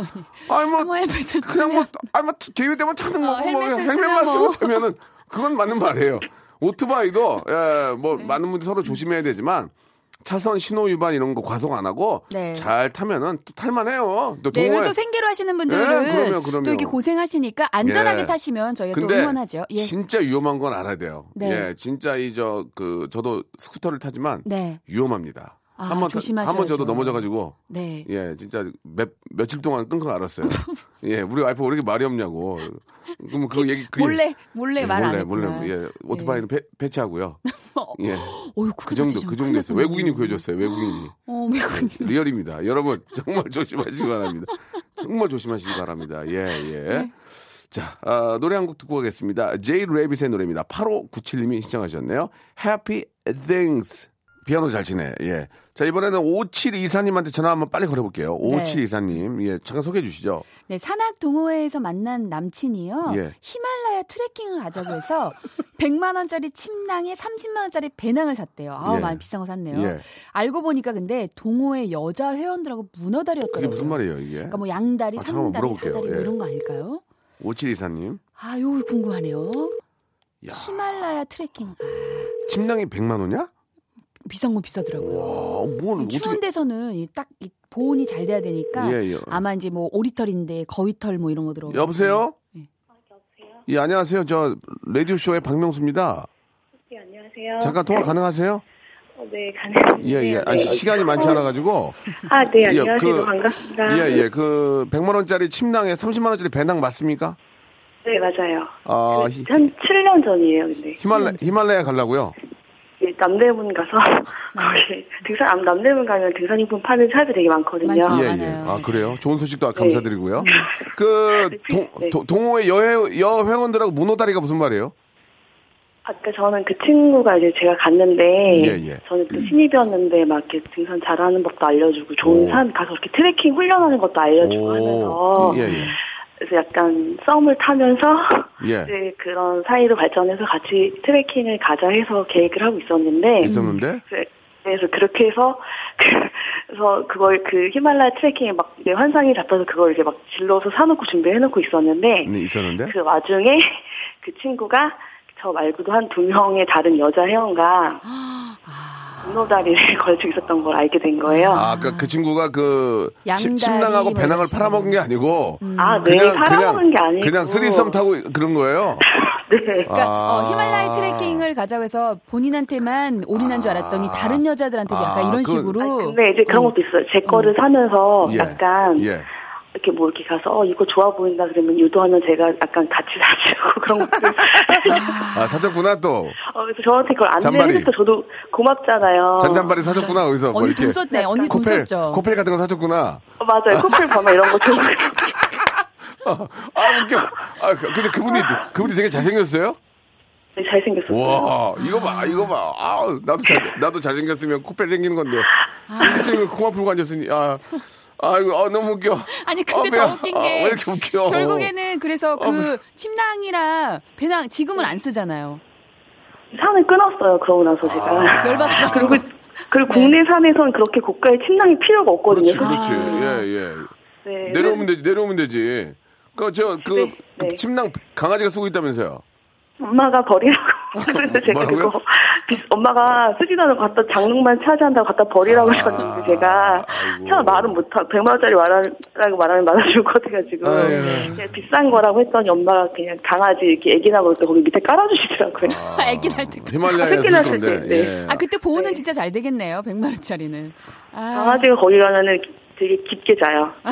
[SPEAKER 3] 아니 뭐
[SPEAKER 6] 뭐 헬멧을
[SPEAKER 3] 그냥 뭐
[SPEAKER 6] 쓰면
[SPEAKER 3] 아니 뭐 기회 되면 타는 거고 뭐
[SPEAKER 6] 헬멧을 쓰면
[SPEAKER 3] 헬멧만 쓰고
[SPEAKER 6] 뭐.
[SPEAKER 3] 타면은
[SPEAKER 6] 네.
[SPEAKER 3] 그건 맞는 말이에요. 오토바이도 예, 뭐 많은 분들이 서로 조심해야 되지만 차선 신호 위반 이런 거 과속 안 하고
[SPEAKER 6] 네.
[SPEAKER 3] 잘 타면은 또 탈만해요. 또
[SPEAKER 6] 네,
[SPEAKER 3] 동호회
[SPEAKER 6] 그리고 또 생계로 하시는 분들은
[SPEAKER 3] 예, 그럼요, 그럼요.
[SPEAKER 6] 또 이렇게 고생하시니까 안전하게
[SPEAKER 3] 예.
[SPEAKER 6] 타시면 저희가 또
[SPEAKER 3] 근데
[SPEAKER 6] 응원하죠. 예.
[SPEAKER 3] 진짜 위험한 건 알아야 돼요.
[SPEAKER 6] 네.
[SPEAKER 3] 예, 진짜 이 저 그 저도 스쿠터를 타지만
[SPEAKER 6] 네.
[SPEAKER 3] 위험합니다.
[SPEAKER 6] 아,
[SPEAKER 3] 한번
[SPEAKER 6] 조심하셔야죠.
[SPEAKER 3] 한번 저도 넘어져가지고
[SPEAKER 6] 네.
[SPEAKER 3] 예 진짜 몇 며칠 동안 끙끙 알았어요. 예, 우리 와이프 왜 이렇게 말이 없냐고. 그럼 그 얘기 그
[SPEAKER 6] 몰래
[SPEAKER 3] 예,
[SPEAKER 6] 몰래 네, 말 안
[SPEAKER 3] 몰래
[SPEAKER 6] 했구나.
[SPEAKER 3] 몰래 예 오토바이는 폐, 폐차하고요. 예,
[SPEAKER 6] 어휴,
[SPEAKER 3] 그 정도 그 정도였어요. 외국인이
[SPEAKER 6] 그렇죠,
[SPEAKER 3] 구해줬어요. 예. 외국인이
[SPEAKER 6] 어, 외국인.
[SPEAKER 3] 리얼입니다. 여러분 정말 조심하시기 바랍니다. 정말 조심하시기 바랍니다. 예 예.
[SPEAKER 6] 네.
[SPEAKER 3] 자 아, 노래 한 곡 듣고 가겠습니다. 제이 레빗의 노래입니다. 8597님이 신청하셨네요. Happy Things. 피아노 잘 치네. 예. 자 이번에는 5724님한테 전화 한번 빨리 걸어볼게요. 5724님 예 잠깐 소개해 주시죠.
[SPEAKER 6] 네, 산악 동호회에서 만난 남친이요.
[SPEAKER 3] 예.
[SPEAKER 6] 히말라야 트레킹을 가자고 해서 100만 원짜리 침낭에 30만 원짜리 배낭을 샀대요. 아우,
[SPEAKER 3] 예.
[SPEAKER 6] 많이 비싼 거 샀네요.
[SPEAKER 3] 예.
[SPEAKER 6] 알고 보니까 근데 동호회 여자 회원들하고 문어다리였더라고요.
[SPEAKER 3] 그게 무슨 말이에요 이게?
[SPEAKER 6] 그러니까 뭐 양다리,
[SPEAKER 3] 아, 잠깐만
[SPEAKER 6] 상다리,
[SPEAKER 3] 물어볼게요.
[SPEAKER 6] 상다리 뭐
[SPEAKER 3] 예.
[SPEAKER 6] 이런 거 아닐까요?
[SPEAKER 3] 5724님
[SPEAKER 6] 아, 요거 궁금하네요.
[SPEAKER 3] 야.
[SPEAKER 6] 히말라야 트레킹. 아,
[SPEAKER 3] 침낭이 100만 원이야?
[SPEAKER 6] 비싼 건 비싸더라고요.
[SPEAKER 3] 와뭘
[SPEAKER 6] 뭐 추운
[SPEAKER 3] 음, 어떻게?
[SPEAKER 6] 데서는 이 딱 이 보온이 잘 돼야 되니까
[SPEAKER 3] 예, 예.
[SPEAKER 6] 아마 이제 뭐 오리털인데 거위털 뭐 이런 거 들어오고.
[SPEAKER 3] 여보세요?
[SPEAKER 6] 예.
[SPEAKER 3] 예, 안녕하세요. 저 라디오 쇼의 박명수입니다.
[SPEAKER 8] 네, 안녕하세요.
[SPEAKER 3] 잠깐 통화 가능하세요?
[SPEAKER 8] 어, 네, 가능합니다.
[SPEAKER 3] 예, 예. 아니,
[SPEAKER 6] 네.
[SPEAKER 3] 시- 시간이 많지 않아 가지고.
[SPEAKER 8] 아, 네,
[SPEAKER 3] 예,
[SPEAKER 8] 안녕하세요.
[SPEAKER 3] 그-
[SPEAKER 8] 반갑습니다.
[SPEAKER 3] 예, 예. 그 100만 원짜리 침낭에 30만 원짜리 배낭 맞습니까?
[SPEAKER 8] 네, 맞아요.
[SPEAKER 3] 아, 히,
[SPEAKER 8] 한 7년 전이에요, 근데.
[SPEAKER 3] 히말라 히말라야 가려고요.
[SPEAKER 8] 네, 남대문 가서, 거기, 등산, 아, 남대문 가면 등산용품 파는 차들 되게 많거든요.
[SPEAKER 6] 맞죠. 아,
[SPEAKER 3] 예, 예.
[SPEAKER 6] 많아요.
[SPEAKER 3] 아, 그래요? 좋은 소식도
[SPEAKER 8] 네.
[SPEAKER 3] 감사드리고요. 그 동,
[SPEAKER 8] 네.
[SPEAKER 3] 동- 동호회 여회 여회원들하고 문어다리가 무슨 말이에요?
[SPEAKER 8] 아까 저는 그 친구가 이제 제가 갔는데,
[SPEAKER 3] 예, 예.
[SPEAKER 8] 저는 또 신입이었는데, 막 이렇게 등산 잘하는 법도 알려주고, 좋은
[SPEAKER 3] 오.
[SPEAKER 8] 산 가서 이렇게 트레킹 훈련하는 것도
[SPEAKER 6] 네,
[SPEAKER 8] 알려주고 하면서,
[SPEAKER 3] 예, 예.
[SPEAKER 8] 그래서 약간 썸을 타면서,
[SPEAKER 3] 예.
[SPEAKER 6] 네.
[SPEAKER 8] 이제 네, 그런 사이로 발전해서 같이 트레킹을 가자 해서 계획을 하고
[SPEAKER 3] 음.
[SPEAKER 8] 있었는데 네,
[SPEAKER 3] 있었는데?
[SPEAKER 8] 그래서 그렇게 해서 그래서 그걸 그 히말라야 트레킹에 막 내 환상이 잡혀서 그걸 이제 막 질러서 사놓고 준비해놓고 있었는데
[SPEAKER 3] 네, 있었는데?
[SPEAKER 8] 그 와중에 그 친구가 저 말고도 한 두 명의 다른 여자 회원과 분노다리를 걸치고 있었던 걸 알게 된 거예요.
[SPEAKER 3] 아, 아까 그 친구가 그 시-
[SPEAKER 6] 양다리 뭐
[SPEAKER 3] 침낭하고 배낭을
[SPEAKER 6] 말하시는
[SPEAKER 3] 팔아먹은 게 아니고
[SPEAKER 6] 음.
[SPEAKER 8] 아, 네, 팔아먹은 게 아니고
[SPEAKER 3] 그냥 쓰리썸 타고 그런 거예요.
[SPEAKER 8] 네.
[SPEAKER 6] 그러니까
[SPEAKER 3] 아.
[SPEAKER 6] 어, 히말라야 트레킹을 가자고 해서 본인한테만 올인한 줄 알았더니 다른 여자들한테도 약간
[SPEAKER 3] 아,
[SPEAKER 6] 이런
[SPEAKER 3] 그건-
[SPEAKER 6] 식으로
[SPEAKER 8] 아니, 근데 이제 그런
[SPEAKER 6] 음.
[SPEAKER 8] 것도 있어요. 제 거를 사면서
[SPEAKER 3] 예.
[SPEAKER 8] 약간
[SPEAKER 3] 예.
[SPEAKER 8] 이렇게 뭐 이렇게 가서 어 이거 좋아 보인다 그러면 유도하면 제가 약간 같이 사주고 그런 것들
[SPEAKER 3] 아, 사줬구나 또.
[SPEAKER 8] 어, 그래서 저한테 그걸
[SPEAKER 3] 잔바리.
[SPEAKER 8] 안내를 해서 저도 고맙잖아요.
[SPEAKER 3] 잔잔바리 사줬구나 거기서 뭐
[SPEAKER 6] 언니
[SPEAKER 3] 이렇게
[SPEAKER 6] 돈 썼네. 언니 돈
[SPEAKER 3] 코펠
[SPEAKER 6] 썼죠.
[SPEAKER 3] 코펠 같은 거 사줬구나.
[SPEAKER 8] 어, 맞아요. 커플 번호 이런 거 좀.
[SPEAKER 3] 아 웃겨. 아 그- 근데 그분이 그분이 되게 잘생겼어요.
[SPEAKER 8] 네, 잘생겼어요.
[SPEAKER 3] 와 이거 봐 이거 봐. 아 나도 잘 나도 잘생겼으면 코펠 생기는 건데.
[SPEAKER 6] 아.
[SPEAKER 3] 선생님 코만 풀고 앉았으니 아 아이고 아, 너무 웃겨.
[SPEAKER 6] 아니 근데
[SPEAKER 3] 아,
[SPEAKER 6] 더
[SPEAKER 3] 배야.
[SPEAKER 6] 웃긴
[SPEAKER 3] 아,
[SPEAKER 6] 게
[SPEAKER 3] 왜 이렇게 웃겨.
[SPEAKER 6] 결국에는 그래서
[SPEAKER 3] 어,
[SPEAKER 6] 그 침낭이랑 배낭 지금은
[SPEAKER 3] 음.
[SPEAKER 6] 안 쓰잖아요.
[SPEAKER 8] 산을 끊었어요. 그러고 나서 제가.
[SPEAKER 6] 열받아가지고
[SPEAKER 8] 그리고 그리고 국내 산에선 그렇게 고가의 침낭이 필요가 없거든요.
[SPEAKER 3] 그렇지 그렇지 예예
[SPEAKER 8] 네.
[SPEAKER 3] 내려오면 되지 내려오면 되지. 그저그
[SPEAKER 8] 집에- 네.
[SPEAKER 3] 침낭 강아지가 쓰고 있다면서요.
[SPEAKER 8] 엄마가 버리라고. 그래서 제가
[SPEAKER 3] 뭐라고요?
[SPEAKER 8] 그거 비- 엄마가 쓰지도 않고 갖다 장롱만 차지한다고 갖다 버리라고 하셨는데 제가
[SPEAKER 3] 아, 아이고.
[SPEAKER 8] 차마 말은 못하 100만 원짜리 말하라고 말하면 말아줄 것 같아가지고
[SPEAKER 3] 아유. 예,
[SPEAKER 8] 그냥 비싼 거라고 했더니 엄마가 그냥 강아지 이렇게 애기 낳고 또 거기 밑에 깔아주시더라고요.
[SPEAKER 6] 애기 낳을 때.
[SPEAKER 3] 히말라야 쓸
[SPEAKER 8] 새끼 낳았을
[SPEAKER 3] 건데.
[SPEAKER 8] 때, 아, 네.
[SPEAKER 3] 예.
[SPEAKER 6] 아 그때 보호는 진짜 잘 되겠네요. 100만 원짜리는. 아,
[SPEAKER 8] 강아지가 거기 가면은 되게 깊게 자요. 아,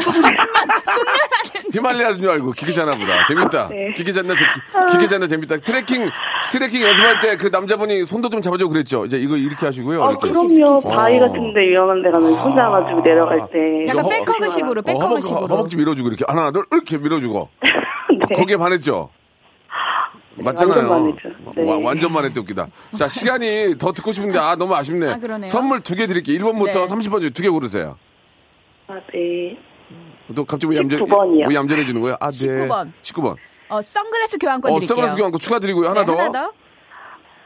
[SPEAKER 3] 히말라야인 줄 알고 기계 잤나 보다. 재밌다.
[SPEAKER 8] 네.
[SPEAKER 3] 기계 잤나 재- 기- 기계 잤나 재밌다. 트레킹 트레킹 연습할 때 그 남자분이 손도 좀 잡아주고 그랬죠. 이제 이거 이렇게 하시고요.
[SPEAKER 8] 아,
[SPEAKER 3] 이렇게. 어.
[SPEAKER 6] 스킨십,
[SPEAKER 8] 그럼요.
[SPEAKER 6] 스킨십.
[SPEAKER 8] 바위 같은데 위험한 데 가면 손 잡아주고 내려갈 때.
[SPEAKER 6] 약간
[SPEAKER 3] 허-
[SPEAKER 6] 백허그식으로
[SPEAKER 3] 네, 어, 허벅,
[SPEAKER 6] 백허그식으로.
[SPEAKER 3] 허벅지 밀어주고 이렇게 하나 둘 이렇게 밀어주고
[SPEAKER 8] 네.
[SPEAKER 3] 거기에 반했죠. 맞잖아요.
[SPEAKER 8] 완전 반했죠. 네.
[SPEAKER 3] 와, 완전 반했대 웃기다. 자 시간이 더 듣고 싶은데 아 너무 아쉽네.
[SPEAKER 6] 아, 그러네요.
[SPEAKER 3] 선물 두 개 드릴게요. 1번부터
[SPEAKER 6] 네.
[SPEAKER 3] 30번 중에 두개 고르세요.
[SPEAKER 8] 아, 네.
[SPEAKER 3] 또 갑자기 왜 얌전
[SPEAKER 8] 19번 이요.
[SPEAKER 3] 왜 얌전해지는 거예요? 아, 네.
[SPEAKER 6] 19번.
[SPEAKER 3] 19번.
[SPEAKER 6] 어 선글라스 교환권
[SPEAKER 3] 어,
[SPEAKER 6] 드릴게요.
[SPEAKER 3] 선글라스 교환권 추가드리고요. 하나
[SPEAKER 6] 네,
[SPEAKER 3] 더.
[SPEAKER 6] 하나 더.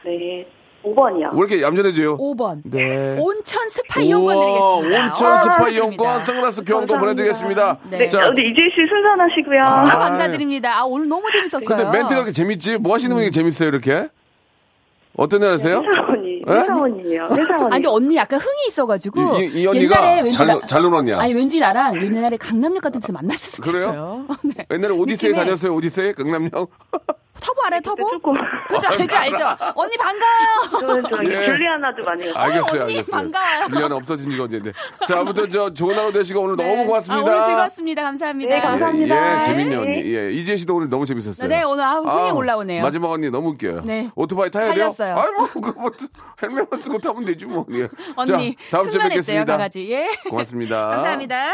[SPEAKER 8] 네. 5번이요.
[SPEAKER 3] 왜 이렇게 얌전해져요?
[SPEAKER 6] 5번.
[SPEAKER 3] 네.
[SPEAKER 6] 온천 스파 이용권
[SPEAKER 3] 우와,
[SPEAKER 6] 드리겠습니다.
[SPEAKER 3] 온천
[SPEAKER 6] 어,
[SPEAKER 3] 스파
[SPEAKER 6] 축하드립니다.
[SPEAKER 3] 이용권, 선글라스 교환권
[SPEAKER 8] 감사합니다.
[SPEAKER 3] 보내드리겠습니다.
[SPEAKER 8] 네.
[SPEAKER 3] 자,
[SPEAKER 8] 근데 이재 씨 순산하시고요.
[SPEAKER 6] 아,
[SPEAKER 3] 아,
[SPEAKER 6] 감사드립니다. 아 오늘 너무 재밌었어요. 음.
[SPEAKER 3] 근데 멘트가 그렇게 재밌지? 뭐 하시는 분이 재밌어요, 이렇게? 어떤 일 하세요?
[SPEAKER 8] 회사원이
[SPEAKER 3] 예?
[SPEAKER 8] 회사원이에요. 회사원.
[SPEAKER 6] 아, 근데 언니 약간 흥이 있어가지고
[SPEAKER 3] 이, 이, 이 언니가 잘,
[SPEAKER 6] 나-
[SPEAKER 3] 잘 놀았냐?
[SPEAKER 6] 아니 왠지 나랑 옛날에 강남역 같은 데서 만났을 수도
[SPEAKER 3] 그래요?
[SPEAKER 6] 있어요. 네.
[SPEAKER 3] 옛날에 오디세이
[SPEAKER 6] 느낌에
[SPEAKER 3] 다녔어요, 오디세이? 강남역?
[SPEAKER 6] 터보 알아요, 터보?
[SPEAKER 8] 조금
[SPEAKER 6] 그죠, 알죠, 알죠. 언니 반가워요.
[SPEAKER 8] 저는 저기
[SPEAKER 3] 예.
[SPEAKER 8] 줄리아나도 많이 했어요.
[SPEAKER 3] 알겠어요,
[SPEAKER 6] 언니,
[SPEAKER 3] 알겠어요.
[SPEAKER 6] 반가워요.
[SPEAKER 3] 줄리아는 없어진 지가 언제인데. 자, 아무튼 저 좋은 하루 되시고 오늘
[SPEAKER 6] 네.
[SPEAKER 3] 너무 고맙습니다.
[SPEAKER 6] 아, 오늘 즐거웠습니다. 감사합니다.
[SPEAKER 8] 네,
[SPEAKER 3] 예,
[SPEAKER 8] 감사합니다.
[SPEAKER 3] 예,
[SPEAKER 8] 감사합니다.
[SPEAKER 3] 재밌네, 언니.
[SPEAKER 8] 네.
[SPEAKER 3] 예, 이재 씨도 오늘 너무 재밌었어요.
[SPEAKER 6] 네, 오늘 아우, 흥이
[SPEAKER 3] 예, 아우,
[SPEAKER 6] 올라오네요.
[SPEAKER 3] 마지막 언니 너무 웃겨요.
[SPEAKER 6] 네.
[SPEAKER 3] 오토바이 타야 돼요?
[SPEAKER 6] 팔렸어요.
[SPEAKER 3] 아이, 뭐, 그, 뭐, 헬멧만 쓰고 타면 되지, 뭐. 예.
[SPEAKER 6] 언니,
[SPEAKER 3] 자, 다음 주에
[SPEAKER 6] 순간했대요,
[SPEAKER 3] 뵙겠습니다.
[SPEAKER 6] 강아지. 예.
[SPEAKER 3] 고맙습니다.
[SPEAKER 6] 감사합니다.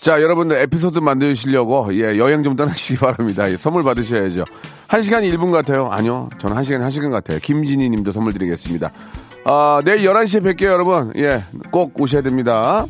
[SPEAKER 3] 자, 여러분들 에피소드 만드시려고 예, 여행 좀 떠나시기 바랍니다. 예, 선물 받으셔야죠. 1시간 1분 같아요. 아니요. 저는 1시간 1시간 같아요. 김진희 님도 선물 드리겠습니다. 아, 내일 11시에 뵐게요, 여러분. 예. 꼭 오셔야 됩니다.